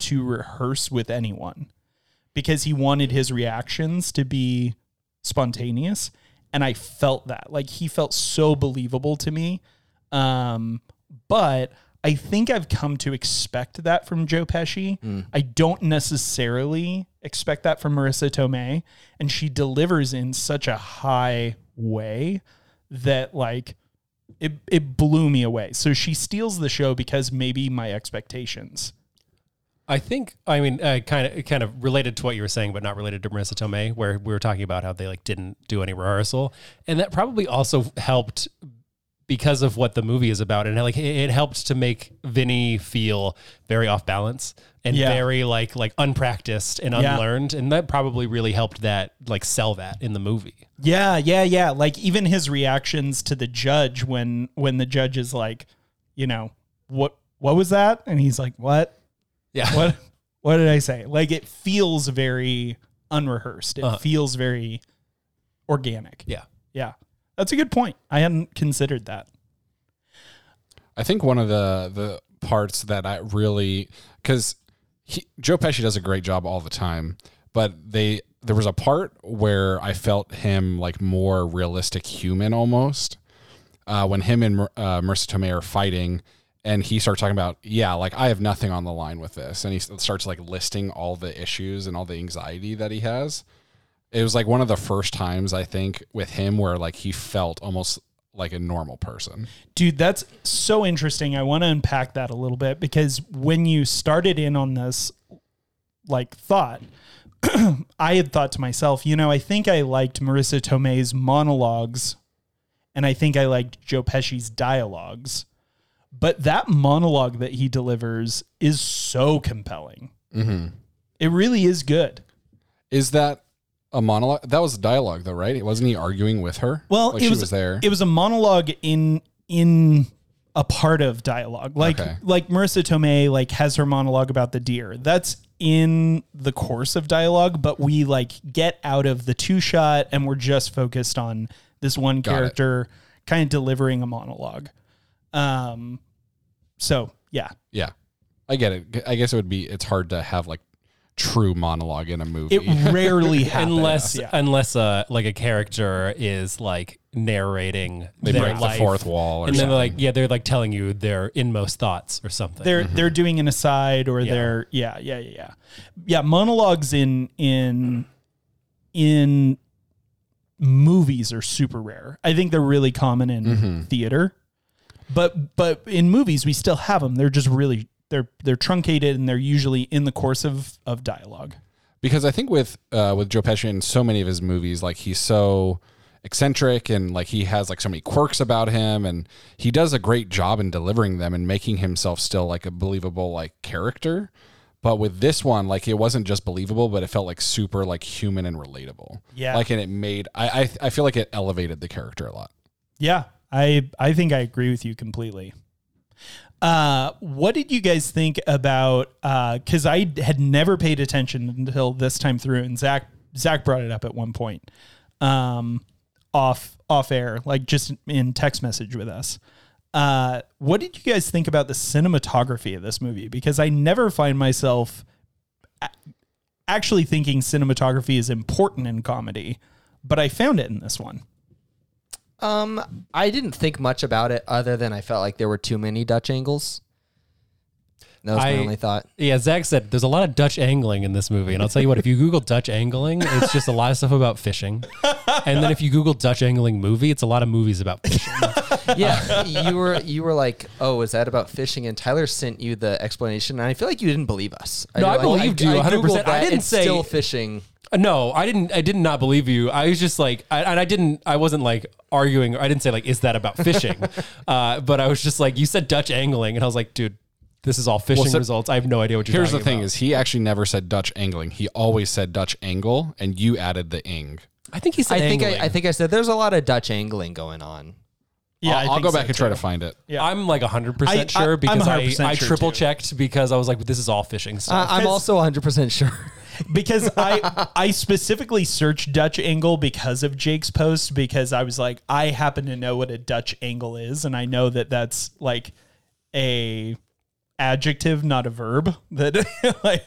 to rehearse with anyone because he wanted his reactions to be spontaneous. And I felt that. Like he felt so believable to me. Um, but I think I've come to expect that from Joe Pesci. I don't necessarily expect that from Marissa Tomei. And she delivers in such a high way that, like, it, it blew me away. So she steals the show because maybe my expectations.
I think I mean uh, kind of kind of related to what you were saying, but not related to Marissa Tomei, where we were talking about how they like didn't do any rehearsal, and that probably also helped because of what the movie is about, and like it, it helped to make Vinny feel very off balance and
Yeah.
very like like unpracticed and
Yeah.
unlearned, and that probably really helped that like sell that in the movie.
Yeah, yeah, yeah. Like even his reactions to the judge when when the judge is like, you know, what what was that? And he's like, what?
Yeah.
What what did I say? Like it feels very unrehearsed. It feels very organic.
Yeah.
Yeah. That's a good point. I hadn't considered that.
I think one of the the parts that I really because Joe Pesci does a great job all the time, but they there was a part where I felt him like more realistic human almost uh, when him and Mer- uh, Marissa Tomei are fighting. And he starts talking about, yeah, like I have nothing on the line with this, and he s- starts like listing all the issues and all the anxiety that he has it was like one of the first times I think with him where like he felt almost like a normal person.
Dude, that's so interesting. I want to unpack that a little bit because when you started in on this like thought, I had thought to myself, you know, I think I liked Marissa Tomei's monologues and I think I liked Joe Pesci's dialogues. But that monologue that he delivers is so compelling. It really is good.
Is that a monologue? That was dialogue though, right? Wasn't he arguing with her?
Well,
like
it
she
was,
was, there.
It was a monologue in in a part of dialogue, like
Okay.
like Marissa Tomei like has her monologue about the deer. That's in the course of dialogue, but we like get out of the two shot and we're just focused on this one
it.
character kind of delivering a monologue. Um, so yeah,
yeah, I get it. I guess it would be. It's hard to have like true monologue in a movie.
it rarely happens
unless
Yeah.
unless uh like a character is like narrating
they
their
break the
life.
fourth wall, or
and then
something.
they're like yeah they're like telling you their inmost thoughts or something
they're they're doing an aside or they're yeah yeah yeah yeah yeah monologues in in in movies are super rare i think they're really common in theater but but in movies we still have them they're just really they're they're truncated and they're usually in the course of of dialogue
because I think with uh, with Joe Pesci in so many of his movies, like he's so eccentric and like he has like so many quirks about him, and he does a great job in delivering them and making himself still like a believable like character. But with this one, like it wasn't just believable, but it felt like super like human and relatable.
Yeah.
like and it made I I, I feel like it elevated the character a lot.
yeah i i think i agree with you completely uh, what did you guys think about? Because I had never paid attention until this time through, and Zach Zach brought it up at one point, um, off off air, like just in text message with us. Uh, what did you guys think about the cinematography of this movie? Because I never find myself a- actually thinking cinematography is important in comedy, but I found it in this one.
Um, I didn't think much about it other than I felt like there were too many Dutch angles. That was
I-
my only thought.
yeah zach said there's a lot of dutch angling in this movie and i'll tell you what if you google dutch angling it's just a lot of stuff about fishing and then if you google dutch angling movie it's a lot of movies about fishing
Yeah, you were you were like, oh, is that about fishing? And Tyler sent you the explanation, and I feel like you didn't believe us.
No,
You're
I
like,
believed you
Googled
100%. I
that,
didn't
it's
say-
still fishing.
no i didn't i did not believe you i was just like I, and i didn't i wasn't like arguing i didn't say like is that about fishing uh, but i was just like you said dutch angling and i was like dude This is all fishing
so-
results. I have no idea what you're
Here's the
talking
thing:
about.
is he actually never said Dutch angling? He always said Dutch angle, and you added the ing.
I think he said
I think
angling.
I, I think I said there's a lot of Dutch angling going on.
Yeah,
I'll,
I
I'll
think
go
so,
back and try to find it.
Yeah.
I'm like 100%
I- I-
sure
I'm
because I,
100%
I
sure,
triple
too.
checked because I was like, this is all fishing
Uh,
stuff.
I'm also 100% sure.
because I I specifically searched Dutch angle because of Jake's post because I was like I happen to know what a Dutch angle is and I know that that's like a adjective not a verb that like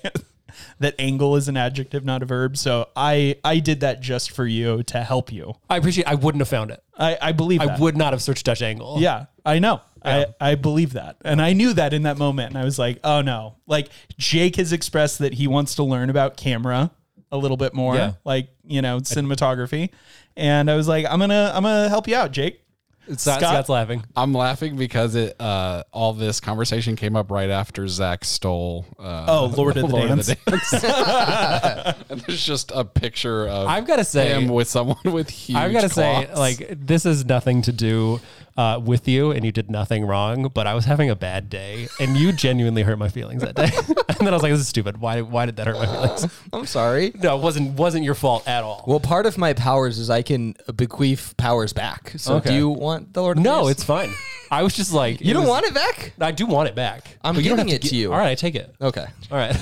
that angle is an adjective not a verb so I I did that just for you to help you
I appreciate I wouldn't have found it.
I I believe
I
that.
would not have searched Dutch angle.
Yeah, I know. I, I believe that. And I knew that in that moment. And I was like, oh no. Like, Jake has expressed that he wants to learn about camera a little bit more,
Yeah.
like, you know, cinematography. And I was like, I'm going to, I'm going to help you out, Jake.
Scott-
Scott-
Scott's laughing.
I'm laughing because it uh, all this conversation came up right after Zach stole. Uh,
Oh, Lord of the
Lord of
Dance.
the Dance. and there's just a picture of
I've gotta say-
him with someone with huge.
I've got to say,
claws.
like, this is nothing to do uh, with you, and you did nothing wrong. But I was having a bad day, and you genuinely hurt my feelings that day. and then I was like, "This is stupid. Why? Why did that hurt my feelings?
I'm sorry.
No, it wasn't wasn't your fault at all.
Well, part of my powers is I can bequeath powers back. So do
Okay.
you want the Lord of the
no,
Rings?
it's fine. I was just like,
You don't want it back?
I do want it back.
I'm
But don't
giving
have
it to
gi-
you.
All right, I take it.
Okay.
All right.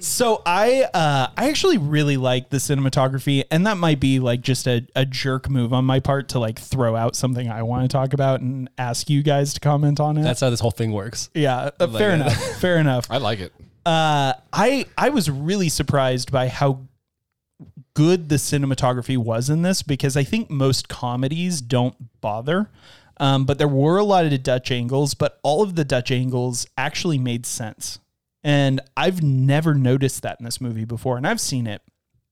So I uh, I actually really like the cinematography, and that might be like just a, a jerk move on my part to like throw out something I want to talk about and ask you guys to comment on it.
That's how this whole thing works.
yeah, uh, fair
it.
enough. Fair enough.
I like it.
uh, I I was really surprised by how good the cinematography was in this because I think most comedies don't bother. Um, but there were a lot of Dutch angles, but all of the Dutch angles actually made sense. And I've never noticed that in this movie before, and I've seen it.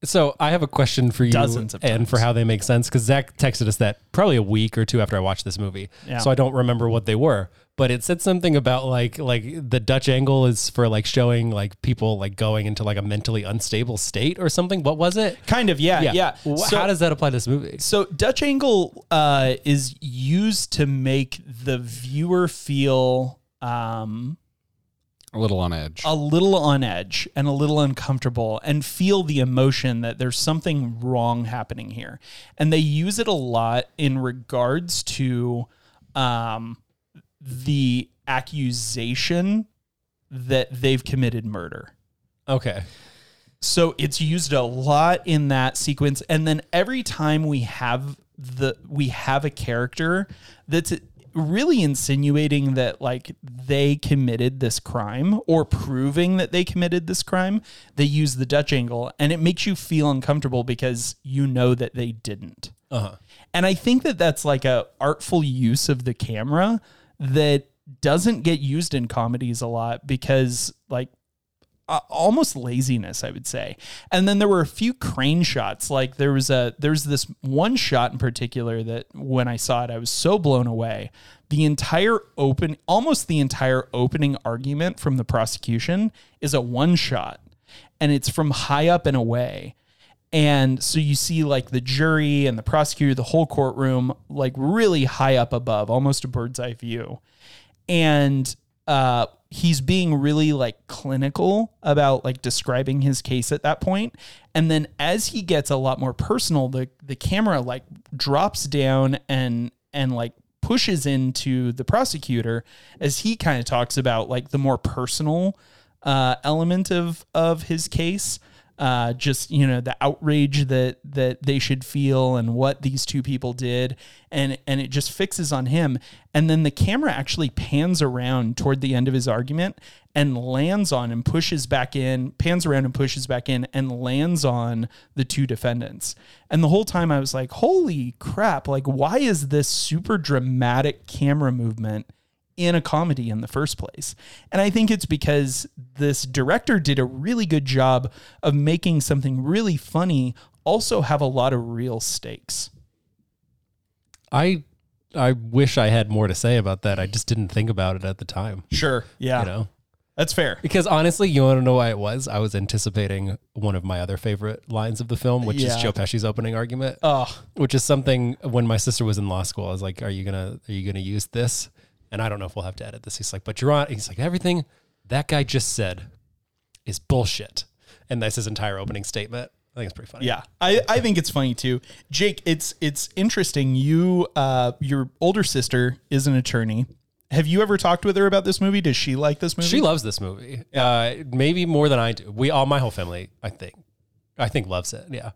So I have a question for you
Dozens of
and
times.
for how they make sense because Zach texted us that probably a week or two after I watched this movie.
Yeah.
So I don't remember what they were, but it said something about like like the Dutch angle is for like showing like people like going into like a mentally unstable state or something. What was it?
Kind of, yeah, yeah.
Wh-
So-
how does that apply to this movie?
So Dutch angle uh, is used to make the viewer feel um,
A little on edge.
a little on edge and a little uncomfortable and feel the emotion that there's something wrong happening here. And they use it a lot in regards to um, the accusation that they've committed murder.
Okay.
So it's used a lot in that sequence. And then every time we have the we have a character that's really insinuating that like they committed this crime or proving that they committed this crime, they use the Dutch angle and it makes you feel uncomfortable because you know that they didn't.
Uh-huh.
And I think that that's like a artful use of the camera that doesn't get used in comedies a lot because like uh, almost laziness, I would say. And then there were a few crane shots. Like there was a there's this one shot in particular that when I saw it, I was so blown away. The entire open, almost the entire opening argument from the prosecution is a one shot, and it's from high up and away. And so you see like the jury and the prosecutor, the whole courtroom, like really high up above, almost a bird's eye view and uh, he's being really like clinical about like describing his case at that point. And then as he gets a lot more personal, the the camera like drops down and and like pushes into the prosecutor as he kind of talks about like the more personal uh, element of of his case. Uh, just you know the outrage that that they should feel and what these two people did and and it just fixes on him and then the camera actually pans around toward the end of his argument and lands on and pushes back in pans around and pushes back in and lands on the two defendants and the whole time i was like holy crap like why is this super dramatic camera movement in a comedy in the first place. And I think it's because this director did a really good job of making something really funny also have a lot of real stakes.
I I wish I had more to say about that. I just didn't think about it at the time.
Sure. Yeah.
You know.
That's fair.
Because honestly, you want to know why it was? I was anticipating one of my other favorite lines of the film, which is
Yeah.
Joe Pesci's opening argument,
Oh,
which is something when my sister was in law school, I was like, "Are you gonna Are you gonna use this?" And I don't know if we'll have to edit this. He's like, "But you're on." He's like, "Everything that guy just said is bullshit. And that's his entire opening statement. I think it's pretty funny.
Yeah, I, I think it's funny too, Jake. It's it's interesting. You uh, your older sister is an attorney. Have you ever talked with her about this movie? Does she like this movie?
She loves this movie. Uh, maybe more than I do. We all, my whole family, I think, I think loves it. Yeah.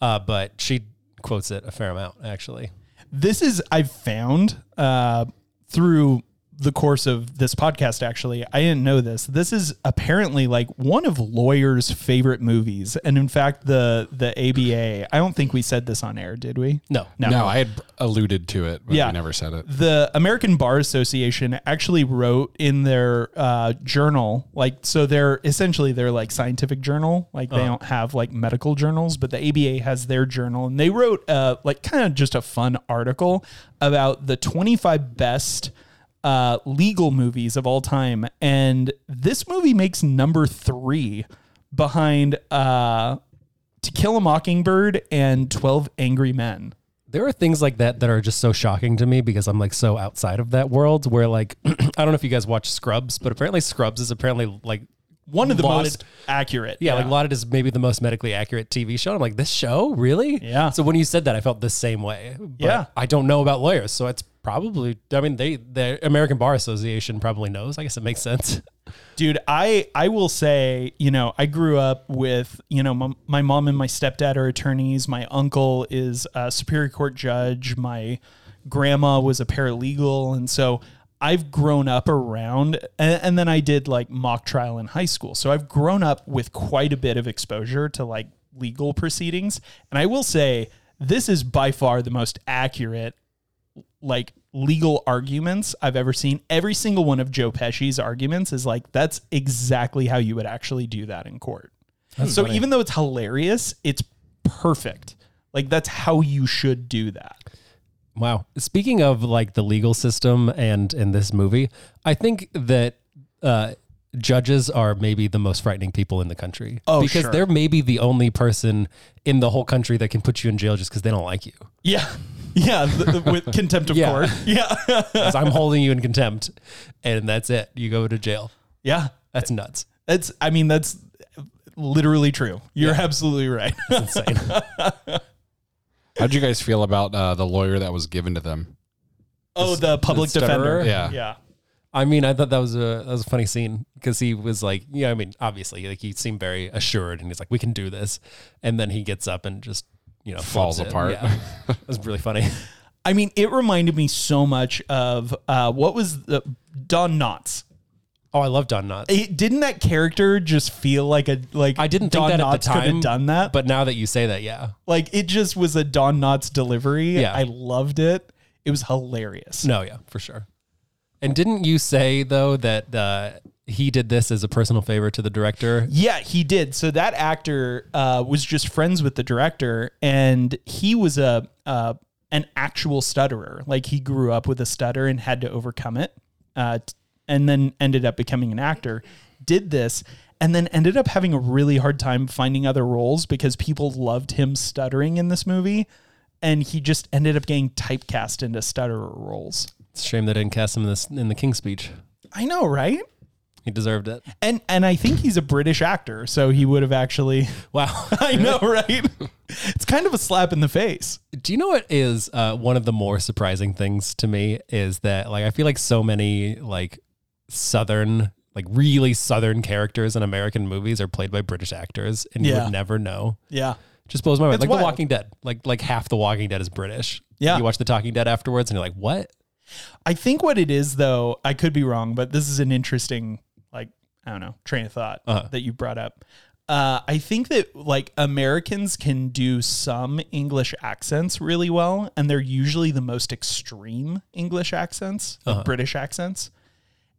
Uh, but she quotes it a fair amount, actually.
this is I've found uh, through the course of this podcast. Actually, I didn't know this. This is apparently like one of lawyers' favorite movies, and in fact, the the ABA. I don't think we said this on air, did we?
No.
No, I had alluded to it, but
Yeah.
we never said it.
the American Bar Association actually wrote in their uh, journal, like, so they're essentially their like scientific journal, like
Uh-huh.
they don't have like medical journals, but the ABA has their journal, and they wrote uh, like kind of just a fun article about the 25 best uh, legal movies of all time, and this movie makes number three behind uh, To Kill a Mockingbird and 12 Angry Men.
there are things like that that are just so shocking to me because I'm like so outside of that world where like I don't know if you guys watch Scrubs, but apparently Scrubs is apparently like
One of the
lauded-
most accurate.
yeah, like lauded is maybe the most medically accurate TV show. I'm like, this show really?
Yeah.
So when you said that, I felt the same way. But
Yeah.
I don't know about lawyers, so it's probably. I mean, they the American Bar Association probably knows. I guess it makes sense.
dude i i will say you know i grew up with you know my, my mom and my stepdad are attorneys my uncle is a superior court judge my grandma was a paralegal and so i've grown up around and, and then i did like mock trial in high school so i've grown up with quite a bit of exposure to like legal proceedings and i will say this is by far the most accurate like legal arguments I've ever seen. Every single one of Joe Pesci's arguments is like that's exactly how you would actually do that in court. so even though it's hilarious, it's perfect. Like that's how you should do that.
Wow. Speaking of like the legal system and in this movie, I think that uh, judges are maybe the most frightening people in the country.
Oh,
because
sure.
they're maybe the only person in the whole country that can put you in jail just because they don't like you.
Yeah. Yeah, th- with contempt of
Yeah.
court. Yeah.
'Cause I'm holding you in contempt, and that's it. You go to jail.
yeah.
That's nuts.
That's I mean that's literally true. You're absolutely right.
That's insane.
How'd you guys feel about uh, the lawyer that was given to them?
oh, the public
the stutterer?
defender.
Yeah.
Yeah.
I mean, I thought that was a that was a funny scene because he was like, yeah, I mean, obviously, like he seemed very assured, and he's like, we can do this, and then he gets up and just you know
Falls
flips it.
apart.
Yeah. It was really funny.
I mean, it reminded me so much of uh, what was the Don Knotts
Oh, I love Don Knotts.
it, didn't that character just feel like a like
I didn't
Don
think that at
Knotts
the
could
time.
have done that, but
but now that you say that, yeah,
like it just was a Don Knotts delivery.
Yeah.
I loved it. It was hilarious.
no, yeah, for sure. And didn't you say though that uh, he did this as a personal favor to the director?
Yeah, he did. So that actor uh, was just friends with the director, and he was a uh, an actual stutterer. Like he grew up with a stutter and had to overcome it, uh, t- and then ended up becoming an actor. Did this, and then ended up having a really hard time finding other roles because people loved him stuttering in this movie, and he just ended up getting typecast into stutterer roles.
It's a shame they didn't cast him in this in the King speech.
I know, right?
He deserved it.
And and I think he's a British actor, so he would have actually.
Wow.
I know, right? It's kind of a slap in the face.
Do you know what is uh, one of the more surprising things to me is that like I feel like so many like southern like really southern characters in American movies are played by British actors and you
Yeah.
would never know.
Yeah.
Just blows my mind.
It's
like
wild.
The Walking Dead. Like like half The Walking Dead is British.
Yeah.
You watch The Talking Dead afterwards and you're like, what?
I think what it is though, I could be wrong, but this is an interesting like I don't know, train of thought that you brought up. Uh, I think that like Americans can do some English accents really well, and they're usually the most extreme English accents, like British accents.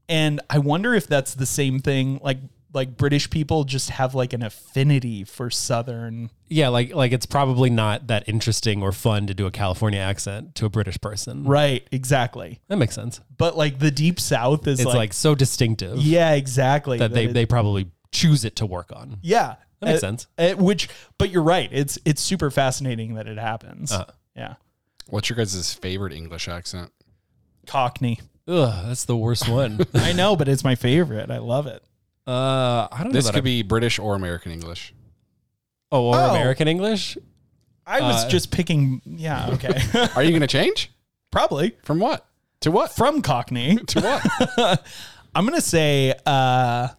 And I wonder if that's the same thing. Like like British people just have like an affinity for Southern
Yeah, like like it's probably not that interesting or fun to do a California accent to a British person.
Right, exactly.
That makes sense.
But like the deep south is
It's
like,
like, so distinctive
yeah, exactly.
that they,
it-
they probably choose it to work on.
yeah,
That makes
Uh,
sense.
uh, which, but you're right. It's it's super fascinating that it happens.
Uh.
Yeah,
What's your guys' favorite English accent?
Cockney.
Ugh, that's the worst one.
I know, but it's my favorite. I love it.
Uh, I don't know.
This
that
could
I-
be British or American English.
oh, or
Oh.
American English.
I was
Uh,
just picking. Yeah. Okay.
Are you going to change
Probably
from what to what
from Cockney.
to what?
I'm gonna say. uh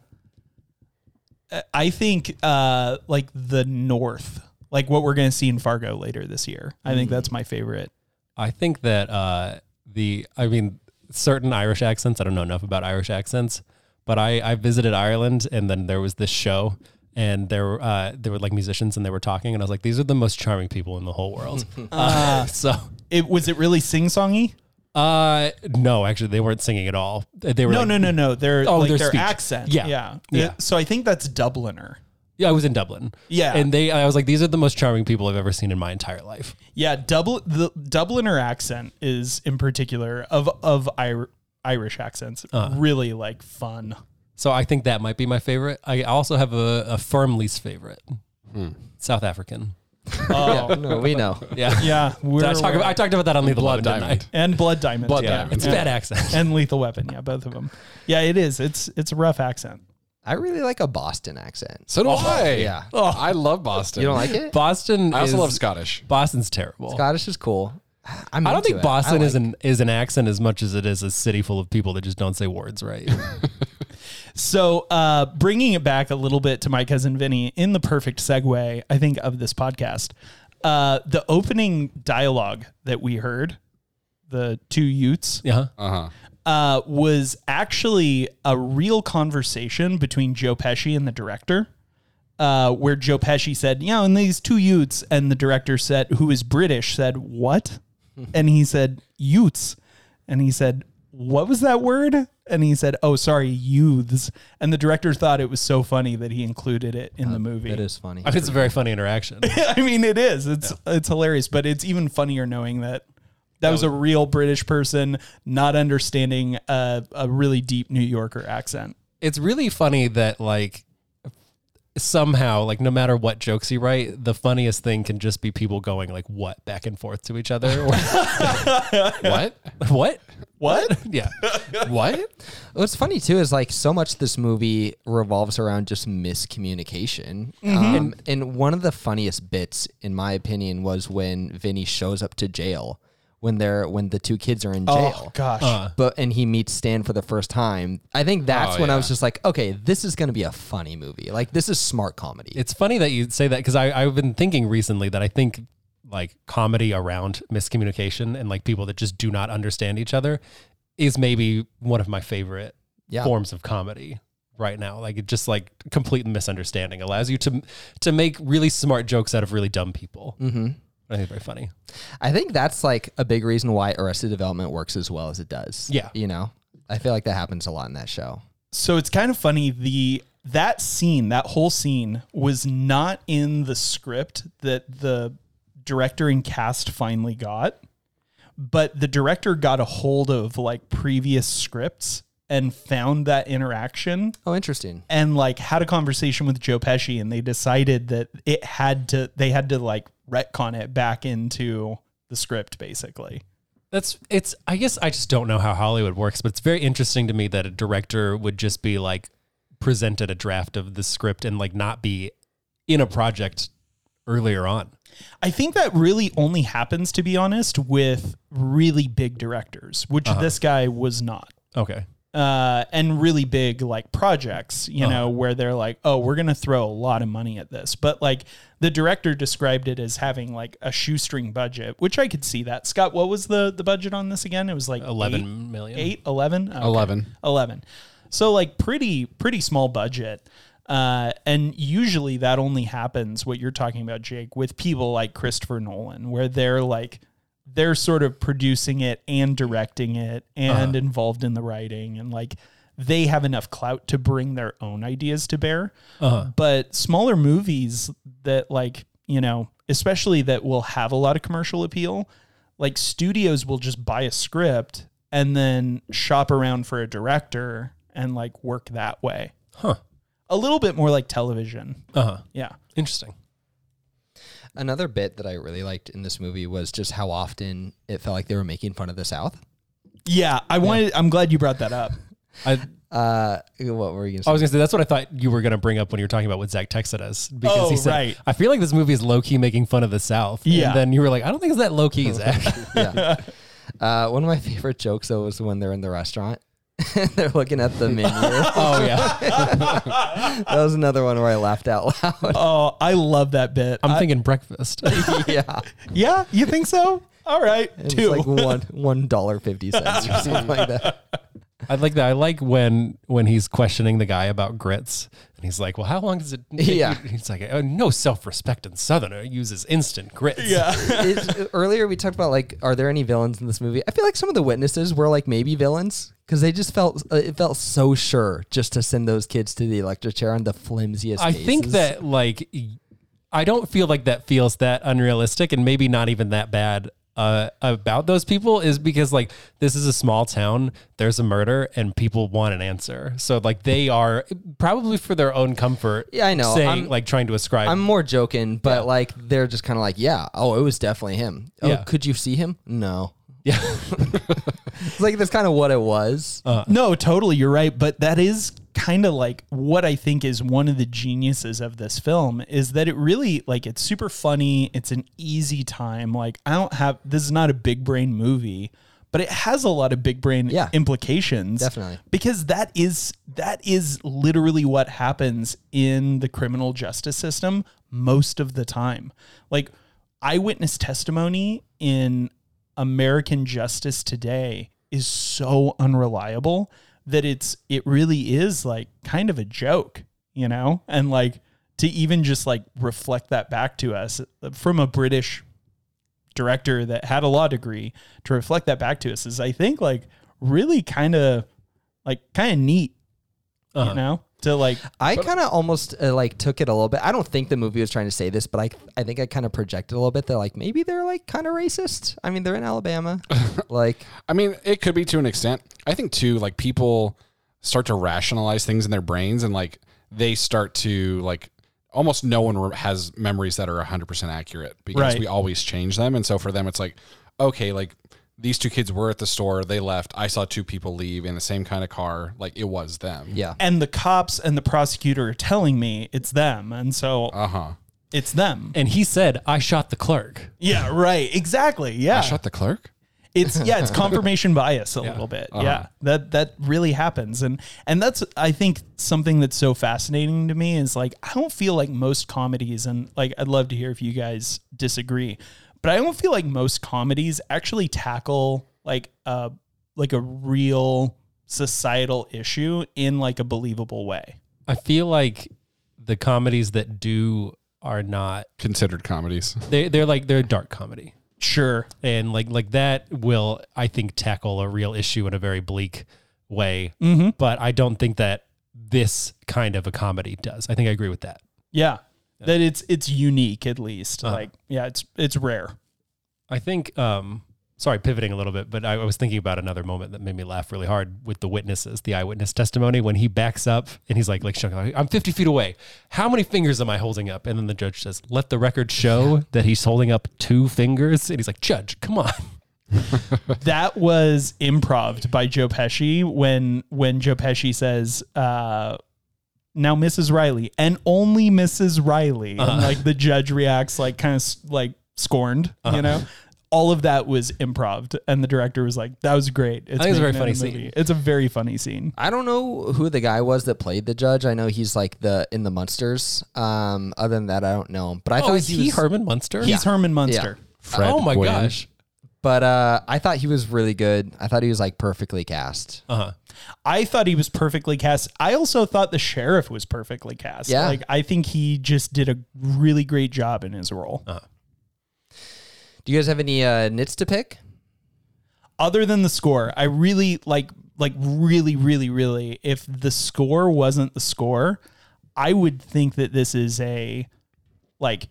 I think uh like the North, like what we're gonna see in Fargo later this year. I
Mm.
think that's my favorite.
I think that uh, the, I mean, certain Irish accents. I don't know enough about Irish accents, but I, I visited Ireland, and then there was this show, and there were uh, there were like musicians, and they were talking, and I was like, these are the most charming people in the whole world.
Ah.
uh, so.
It was it really sing songy?
Uh, no, actually, they weren't singing at all. They were
No,
like-
no, no, no. They're
Oh,
like
their
their,
speech.
accent.
Yeah.
yeah,
Yeah.
So I think that's Dubliner.
Yeah, I was in Dublin.
Yeah.
and they, I was like, these are the most charming people I've ever seen in my entire life.
Yeah, Dublin the Dubliner accent is in particular of of Ir- Irish accents
Uh-huh.
really like fun.
So I think that might be my favorite. I also have a, a firm least favorite. South African.
Oh,
No, we know.
Yeah,
yeah. We're
Did I, talk about, I talked about that on Lethal
Blood
Weapon, didn't I?
Diamond.
and Blood Diamond.
Blood
yeah.
Diamond.
It's a bad accent.
And Lethal Weapon. Yeah, both of them. Yeah, it is. It's it's a rough accent.
I really like a Boston accent. Oh,
So do I.
yeah.
I love Boston.
You don't like it?
Boston.
I also
is-
love Scottish.
Boston's terrible.
Scottish is cool. I'm
I don't
into
think
it.
Boston
I
is an is an accent as much as it is a city full of people that just don't say words right.
So, uh, bringing it back a little bit to my cousin Vinny, in the perfect segue, I think, of this podcast, uh, the opening dialogue that we heard, the two Utes,
yeah.
uh, was actually a real conversation between Joe Pesci and the director, uh, where Joe Pesci said, "You know, and these two Utes," and the director said, "Who is British?" said, "What?" and he said, "Utes," and he said, "What was that word?" And he said, "Oh, sorry, youths." And the director thought it was so funny that he included it in the movie.
It is funny.
I mean, it's a very funny interaction.
I mean, it is. It's it's hilarious, but it's even funnier knowing that that was a real British person not understanding a, a really deep New Yorker accent.
it's really funny that like somehow like no matter what jokes you write the funniest thing can just be people going like what back and forth to each other or
What?
what
What?
yeah
What?
What's funny too is like so much this movie revolves around just miscommunication.
Mm-hmm.
Um, and one of the funniest bits, in my opinion, was when Vinny shows up to jail when they're when the two kids are in jail.
Oh gosh.
But and he meets Stan for the first time. I think that's
Oh,
when I
yeah.
was just like, okay, this is going to be a funny movie. Like this is smart comedy.
it's funny that you say that because i've been thinking recently that i think like comedy around miscommunication and like people that just do not understand each other is maybe one of my favorite
Yeah.
forms of comedy right now like it just like complete misunderstanding allows you to to make really smart jokes out of really dumb people mm-hmm. i think it's very funny
I think that's like a big reason why Arrested Development works as well as it does.
Yeah.
you know, I feel like that happens a lot in that show.
So it's kind of funny the that scene, that whole scene was not in the script that the director and cast finally got. But the director got a hold of like previous scripts and found that interaction
Oh, interesting.
and like had a conversation with Joe Pesci and they decided that it had to they had to like retcon it back into the script basically.
That's it's I guess I just don't know how Hollywood works, but it's very interesting to me that a director would just be like presented a draft of the script and like not be in a project earlier on.
I think that really only happens to be honest with really big directors, which this guy was not.
Okay.
Uh, and really big like projects, you know, where they're like, "Oh, we're gonna throw a lot of money at this," but like the director described it as having like a shoestring budget, which I could see that. Scott, what was the the budget on this again? It was like eight?
eleven million.
eight, 11? Okay.
11.
11. So like pretty, pretty small budget. Uh, and usually that only happens what you're talking about, Jake, with people like Christopher Nolan, where they're like, they're sort of producing it and directing it and
Uh-huh.
involved in the writing and like they have enough clout to bring their own ideas to bear.
Uh-huh.
But smaller movies that like, you know, especially that will have a lot of commercial appeal, like studios will just buy a script and then shop around for a director and like work that way.
Huh.
A little bit more like television.
Uh huh.
Yeah.
Interesting.
Another bit that I really liked in this movie was just how often it felt like they were making fun of the South.
Yeah, I wanted I'm glad you brought that up.
I
Uh, what were you gonna say?
I was gonna say that's what I thought you were gonna bring up when you were talking about what Zach texted us because
Oh,
he said,
right.
"I feel like this movie is low key making fun of the South."
Yeah.
And then you were like, "I don't think it's that low key, Zach."
Uh, one of my favorite jokes though was when they're in the restaurant. they're looking at the menu. that
oh yeah,
was another one where I laughed out loud.
Oh, I love that bit.
I'm
I-
thinking breakfast.
yeah,
yeah, you think so? All right,
it
two.
was like one one dollar fifty cents or something like that.
I like that. I like when when he's questioning the guy about grits, and he's like, "Well, how long does it?" Take you-"
Yeah.
He's like, oh, "No self-respecting Southerner uses instant grits."
yeah,
Is- earlier we talked about like, are there any villains in this movie? I feel like some of the witnesses were like maybe villains because they just felt uh, it felt so sure just to send those kids to the electric chair on the flimsiest.
I think
cases.
that like y- I don't feel like that feels that unrealistic and maybe not even that bad uh, about those people is because like this is a small town, there's a murder and people want an answer. So like they are probably for their own comfort.
Yeah, I know.
Saying
I'm-
like trying to ascribe.
I'm more joking, but like they're just kind of like, yeah, oh, it was definitely him. Oh,
Yeah.
could you see him? No.
yeah.
It's like that's kind of what it was.
Uh.
no, totally. You're right, but that is kind of like what I think is one of the geniuses of this film is that it really like it's super funny. It's an easy time. Like I don't have this is not a big brain movie, but it has a lot of big brain
Yeah.
implications.
Definitely.
because that is that is literally what happens in the criminal justice system most of the time like eyewitness testimony in american justice today is so unreliable that it's it really is like kind of a joke you know and like to even just like reflect that back to us from a british director that had a law degree to reflect that back to us is I think like really kind of like kind of neat, you know, to like
I kind of almost uh, like took it a little bit. I don't think the movie was trying to say this, but I I think I kind of projected a little bit that like maybe they're like kind of racist. I mean, they're in Alabama. like
I mean, it could be to an extent. I think too, like people start to rationalize things in their brains, and like they start to like almost no one re- has memories that are hundred percent accurate because
Right.
we always change them, and so for them, it's like okay, like these two kids were at the store, they left. I saw two people leave in the same kind of car, like it was them.
yeah.
and the cops and the prosecutor are telling me it's them, and so
Uh huh.
it's them.
and he said, "I shot the clerk."
Yeah, right, exactly. Yeah,
Shot the clerk.
it's yeah it's confirmation bias a little bit yeah Uh-huh. that that really happens and and that's i think something that's so fascinating to me is like i don't feel like most comedies and like i'd love to hear if you guys disagree but i don't feel like most comedies actually tackle like a like a real societal issue in like a believable way
I feel like the comedies that do are not
Considered comedies.
they they're like they're dark comedy.
sure
and like like that will I think tackle a real issue in a very bleak way. But I don't think that this kind of a comedy does. I think I agree with that.
yeah Uh-huh. that it's it's unique at least like yeah it's it's rare
I think um sorry pivoting a little bit, but I, I was thinking about another moment that made me laugh really hard with the witnesses, the eyewitness testimony when he backs up and he's like like Sean Connery, I'm 50 feet away. How many fingers am I holding up? And then the judge says, "Let the record show that he's holding up two fingers." And he's like, "Judge, come on."
that was improv by Joe Pesci when when Joe Pesci says, uh, "Now Mrs. Riley and only Mrs. Riley," and
Uh-huh.
like the judge reacts like kind of like scorned,
Uh-huh.
you know. All of that was improv, and the director was like, "That was great." It's,
think it's a
making
very
it
funny
movie."
scene.
It's a very funny scene.
I don't know who the guy was that played the judge. I know he's like the in the Munsters. Um, other than that, I don't know him. But I
Oh,
thought
is
he,
he,
was,
Herman Munster?
He's Herman Munster.
Fred
oh my
Gwynn.
gosh.
but uh, I thought he was really good. I thought he was like perfectly cast.
Oh.
I thought he was perfectly cast. I also thought the sheriff was perfectly cast.
Yeah.
Like I think he just did a really great job in his role.
Do you guys have any uh, nits to pick?
other than the score, I really like like really really really if the score wasn't the score, I would think that this is a like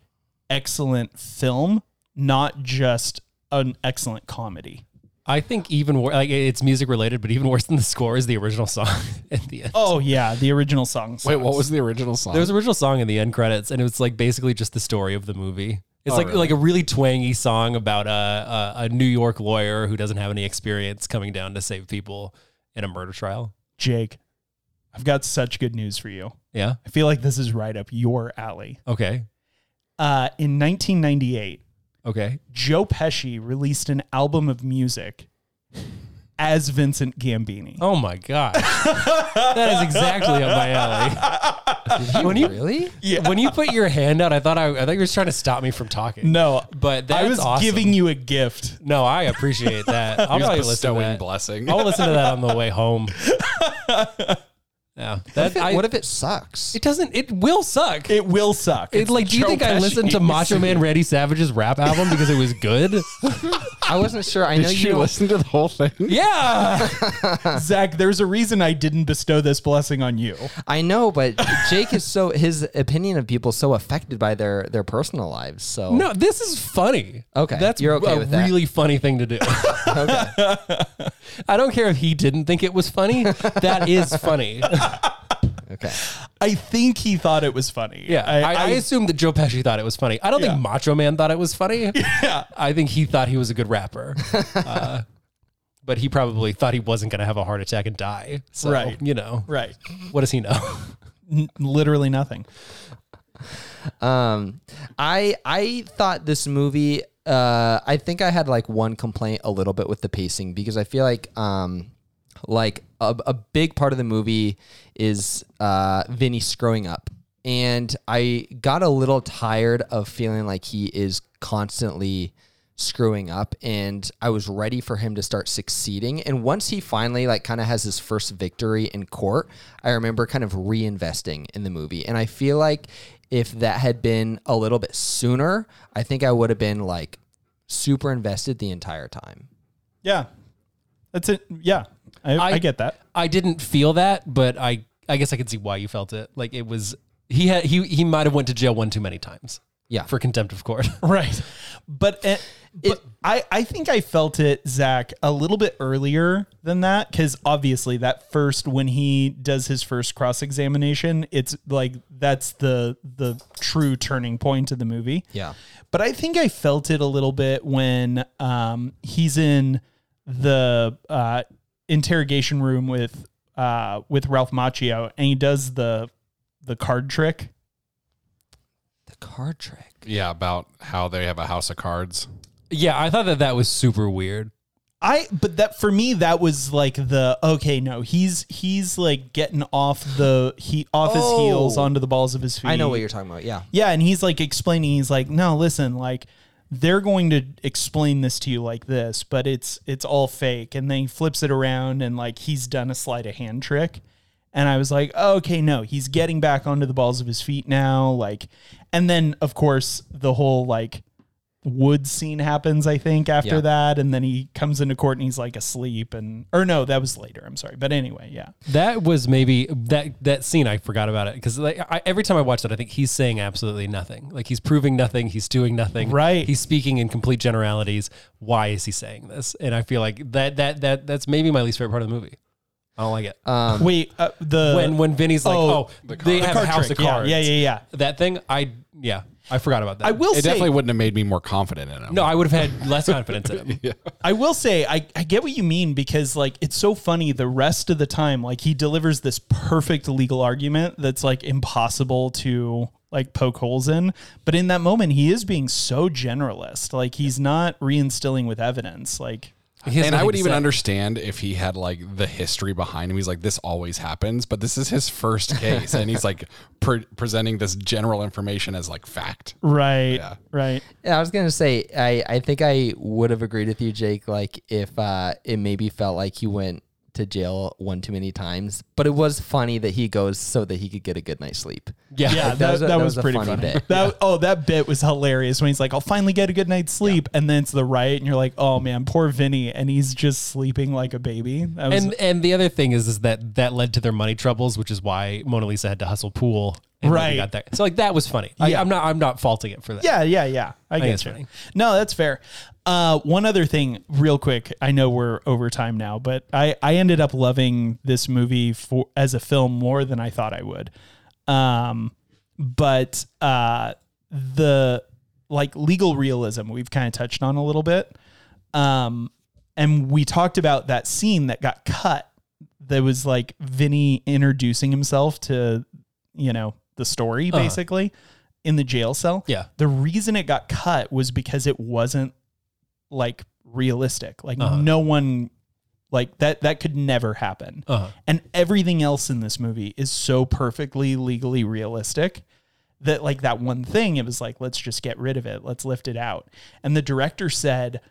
excellent film, not just an excellent comedy.
I think even wor- like it's music related, but even worse than the score is the original song at the end.
Oh yeah, the original song.
Wait, what was the original song?
There was an original song in the end credits, and it was like basically just the story of the movie.
Oh,
It's like like a really twangy song about a, a a New York lawyer who doesn't have any experience coming down to save people in a murder trial.
Jake? I've got such good news for you.
Yeah.
I feel like this is right up your alley.
Okay.
Uh, in 1998,
Okay.
Joe Pesci released an album of music as Vincent Gambini.
Oh my god. that is exactly up my alley. when you
Oh, Really?
when you put your hand out, I thought I, I thought you were trying to stop me from talking.
No,
but that's
I was
awesome.
giving you a gift.
No, I appreciate that. I'll
He was
probably listen to
bestowing
that.
blessing.
I'll listen to that on the way home. Yeah, that
If it-
I,
what if it sucks?
it doesn't? It will suck.
It will suck.
It, like, do you
Joe
think I
Pesci.
listened to Macho Man Randy Savage's rap album because it was good?
I wasn't sure. I know
Did
you.
you
don't-
listen to the whole thing?
yeah.
Zach? There's a reason I didn't bestow this blessing on you.
I know, but Jake is so his opinion of people is so affected by their their personal lives. So
No, this is funny.
Okay,
that's
you're okay
a
with that.
really funny thing to do. I don't care if he didn't think it was funny. That is funny.
okay,
I think he thought it was funny.
Yeah, I, I, assume that Joe Pesci thought it was funny. I don't
Yeah.
think Macho Man thought it was funny.
yeah.
I think he thought he was a good rapper. Uh, but he probably thought he wasn't going to have a heart attack and die. So,
Right.
you know,
Right.
what does he know?
N- literally nothing.
um, I I thought this movie. Uh, I think I had like one complaint a little bit with the pacing because I feel like um, like a, a big part of the movie is uh Vinny screwing up, and I got a little tired of feeling like he is constantly screwing up and I was ready for him to start succeeding. And once he finally like kind of has his first victory in court, I remember kind of reinvesting in the movie. And I feel like if that had been a little bit sooner, I think I would have been like super invested the entire time.
Yeah. That's it. Yeah. I, I,
I-
get that.
I didn't feel that, but I I guess I could see why you felt it. Like it was he had he he might have went to jail one too many times.
Yeah.
for contempt of court.
Right. But, eh, but I, I think I felt it, Zach, a little bit earlier than that. Cause obviously, that first, when he does his first cross examination, it's like that's the, the true turning point of the movie.
Yeah.
But I think I felt it a little bit when um, he's in the uh, interrogation room with uh, with Ralph Macchio, and he does the the card trick.
The card trick.
Yeah, about how they have a house of cards.
yeah, I thought that that was super weird.
I but that for me that was like the okay no he's he's like getting off the he off his
Oh.
heels onto the balls of his feet.
I know what you're talking about. Yeah.
Yeah, and he's like explaining. He's like, no, listen, like they're going to explain this to you like this, but it's it's all fake. And then he flips it around and like he's done a sleight of hand trick. And I was like, oh, okay, no, he's getting back onto the balls of his feet now. Like, and then of course the whole like wood scene happens. I think after
Yeah.
that, and then he comes into court and he's like asleep. And or no, that was later. I'm sorry, but anyway, yeah,
That was maybe that that scene. I forgot about it because like I, every time I watch that, I think he's saying absolutely nothing. Like he's proving nothing. He's doing nothing.
Right.
He's speaking in complete generalities. Why is he saying this? And I feel like that that that that's maybe my least favorite part of the movie. I don't like it.
wait, uh, the
Um, when when Vinny's like,
oh,
oh, they have
card
house
trick,
of
yeah,
cards.
yeah, yeah, yeah.
That thing, I yeah, I forgot about that.
I will
It
say
definitely wouldn't have made me more confident in him.
No, I would have had less confidence in him.
I will say I, I get what you mean because like it's so funny the rest of the time like he delivers this perfect legal argument that's like impossible to like poke holes in but in that moment he is being so generalist like he's not reinstilling with evidence like
He has
and I
nothing
would
to
even
say.
understand if he had like the history behind him. He's like, this always happens, but this is his first case, and he's like pre- presenting this general information as like fact.
right right
Yeah, I was gonna say I, I think I would have agreed with you, Jake, like if uh it maybe felt like he went to jail one too many times. But it was funny that he goes so that he could get a good night's sleep.
Yeah,
yeah that,
that
that,
was
was,
a- that was a
pretty
funny
funny,
bit.
that oh that bit was hilarious when he's like I'll finally get a good night's sleep and then it's the riot and you're like oh man poor Vinny and he's just sleeping like a baby that was
And and the other thing is is that that led to their money troubles, which is why Mona Lisa had to hustle pool. And then
Right.
we Got that. So like that was funny. I, I'm not I'm not faulting it for that.
Yeah, yeah, yeah. I,
think
get
it's
you.
funny.
No, that's fair. Uh, one other thing, real quick. I know we're over time now, but I, I ended up loving this movie for as a film more than I thought I would. Um, but uh, the like legal realism we've kind of touched on a little bit. Um, and we talked about that scene that got cut that was like Vinny introducing himself to, you know, the story basically in the jail cell.
Yeah.
The reason it got cut was because it wasn't like realistic. Like no one like that that could never happen.
Uh-huh.
And everything else in this movie is so perfectly legally realistic that like that one thing it was like let's just get rid of it let's lift it out and the director said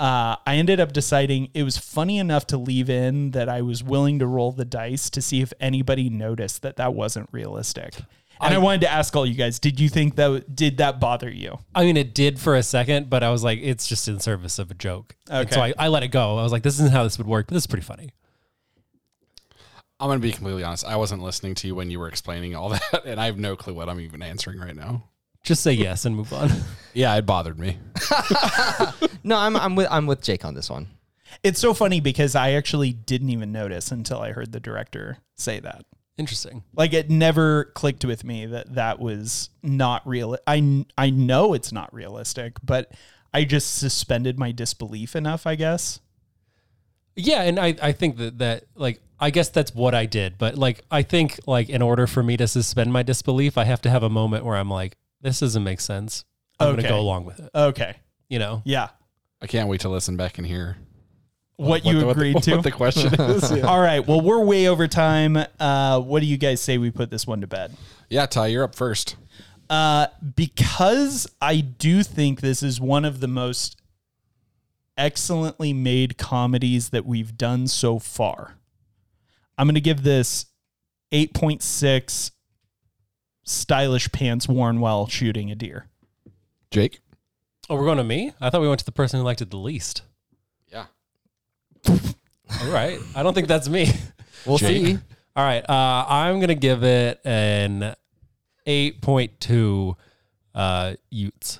uh, i ended up deciding it was funny enough to leave in that i was willing to roll the dice to see if anybody noticed that that wasn't realistic and I, wanted to ask all you guys did you think that did that bother you
I mean, it did for a second, but I was like, it's just in service of a joke. And so
Okay.
I, I let it go. I was like, this isn't how this would work, but this is pretty funny.
I'm going to be completely honest. I wasn't listening to you when you were explaining all that, and I have no clue what I'm even answering right now.
Just say yes and move on.
Yeah, it bothered me.
No, I'm I'm with I'm with Jake on this one.
it's so funny because i actually didn't even notice until i heard the director say that
Interesting.
like it never clicked with me that that was not real i kn- i know it's not realistic but i just suspended my disbelief enough i guess
Yeah, and I, I think that that like I guess that's what I did, but like I think like in order for me to suspend my disbelief, I have to have a moment where I'm like, this doesn't make sense. I'm
Okay.
gonna go along with it.
okay
You know?
yeah
I can't wait to listen back and hear
what, you
the-
agreed
what the,
to
What the question is. yeah.
all right well we're way over time uh what do you guys say we put this one to bed
yeah, Ty, you're up first.
Uh, because I do think this is one of the most excellently made comedies that we've done so far. I'm going to give this 8.6 stylish pants worn while shooting a deer.
Jake?
Oh, we're going to me? I thought we went to the person who liked it the least.
Yeah.
All right. I don't think that's me.
We'll
Jake?
see.
All right. Uh, I'm gonna give it an eight point two uh Utes.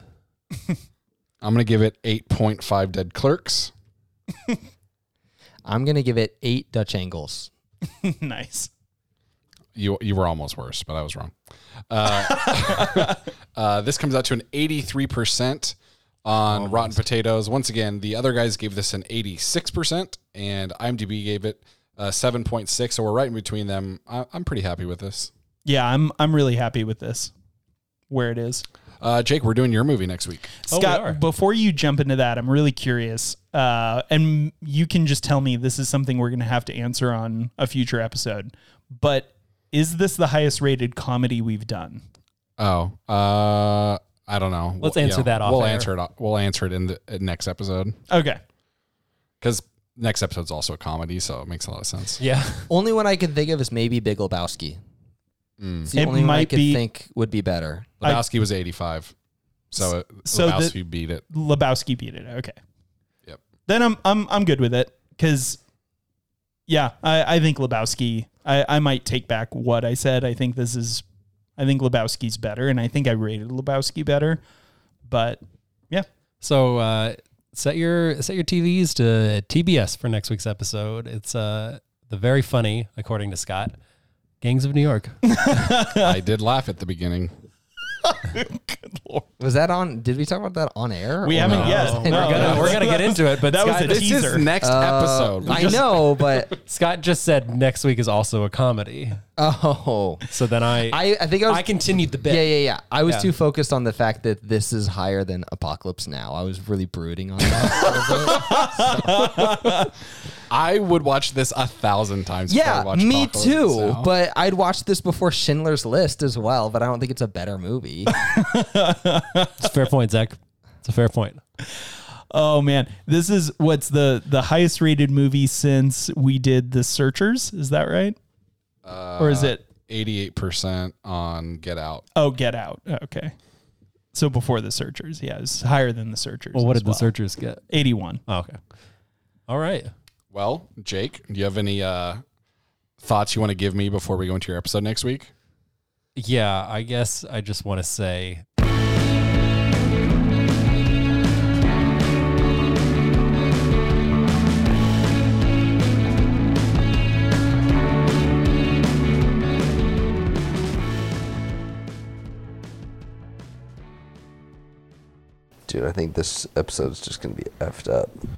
I'm going to give it 8.5 dead clerks.
I'm gonna give it eight Dutch angles.
nice.
You, you were almost worse, but I was wrong. Uh, uh, this comes out to an 83% on
Oh,
Rotten Potatoes. Once again, the other guys gave this an 86%, and IMDb gave it uh, 7.6. So we're right in between them. I, I'm pretty happy with this.
Yeah, I'm I'm really happy with this. Where it is.
Uh, Jake, we're doing your movie next week.
Oh, we
Scott,
are.
before you jump into that, I'm really curious, uh, and you can just tell me this is something we're going to have to answer on a future episode. But is this the highest rated comedy we've done?
Oh, uh, I don't know.
Let's
We'll-
answer that off
We'll
air.
answer it. o- We'll answer it in the uh, next episode
Okay,
because next episode's also a comedy, so it makes a lot of sense.
Yeah.
Only one I can think of is maybe Big Lebowski. It's
Hmm.
the
It
only one I
might
could
be-
think would be better.
I-
Lebowski was eighty-five, so, it-
so the-
Lebowski beat it.
Lebowski beat it. Okay,
Yep.
then I'm I'm I'm good with it because, yeah, I I think Lebowski. I I might take back what I said. I think this is, I think Lebowski's better, and I think I rated Lebowski better, but yeah.
So uh, set your set your TVs to TBS for next week's episode. It's uh, the very funny, according to Scott, Gangs of New York.
I did laugh at the beginning.
Good lord.
Was that on? Did we talk about that on air?
We
or
haven't
Oh, no?
yet.
We're
gonna- we're gonna get into it, but
that
Scott,
was a
this
teaser.
next
Uh,
episode.
I know, but
Scott just said next week is also a comedy.
oh,
So then I
I I think I was.
I continued the bit.
yeah, yeah, yeah. I was
Yeah.
too focused on the fact that this is higher than Apocalypse Now. I was really brooding on that. a little bit.
I would watch this a thousand times. before I
yeah,
watch
me
Apocalypse
too.
Now.
But I'd watched this before Schindler's List as well. But I don't think it's a better movie.
It's a fair point, Zach. It's a fair point.
Oh man, this is what's the the highest rated movie since we did The Searchers. Is that right? or is it?
eighty-eight percent on Get Out.
Oh, Get Out. Okay, so before The Searchers, yeah, it's higher than The Searchers.
Well, what
as
did the searchers get?
Eighty-one.
Oh, okay. All right.
Well, Jake, do you have any uh, thoughts you want to give me before we go into your episode next week?
Yeah, I guess I just want to say
Dude, I think this episode's just gonna be effed up.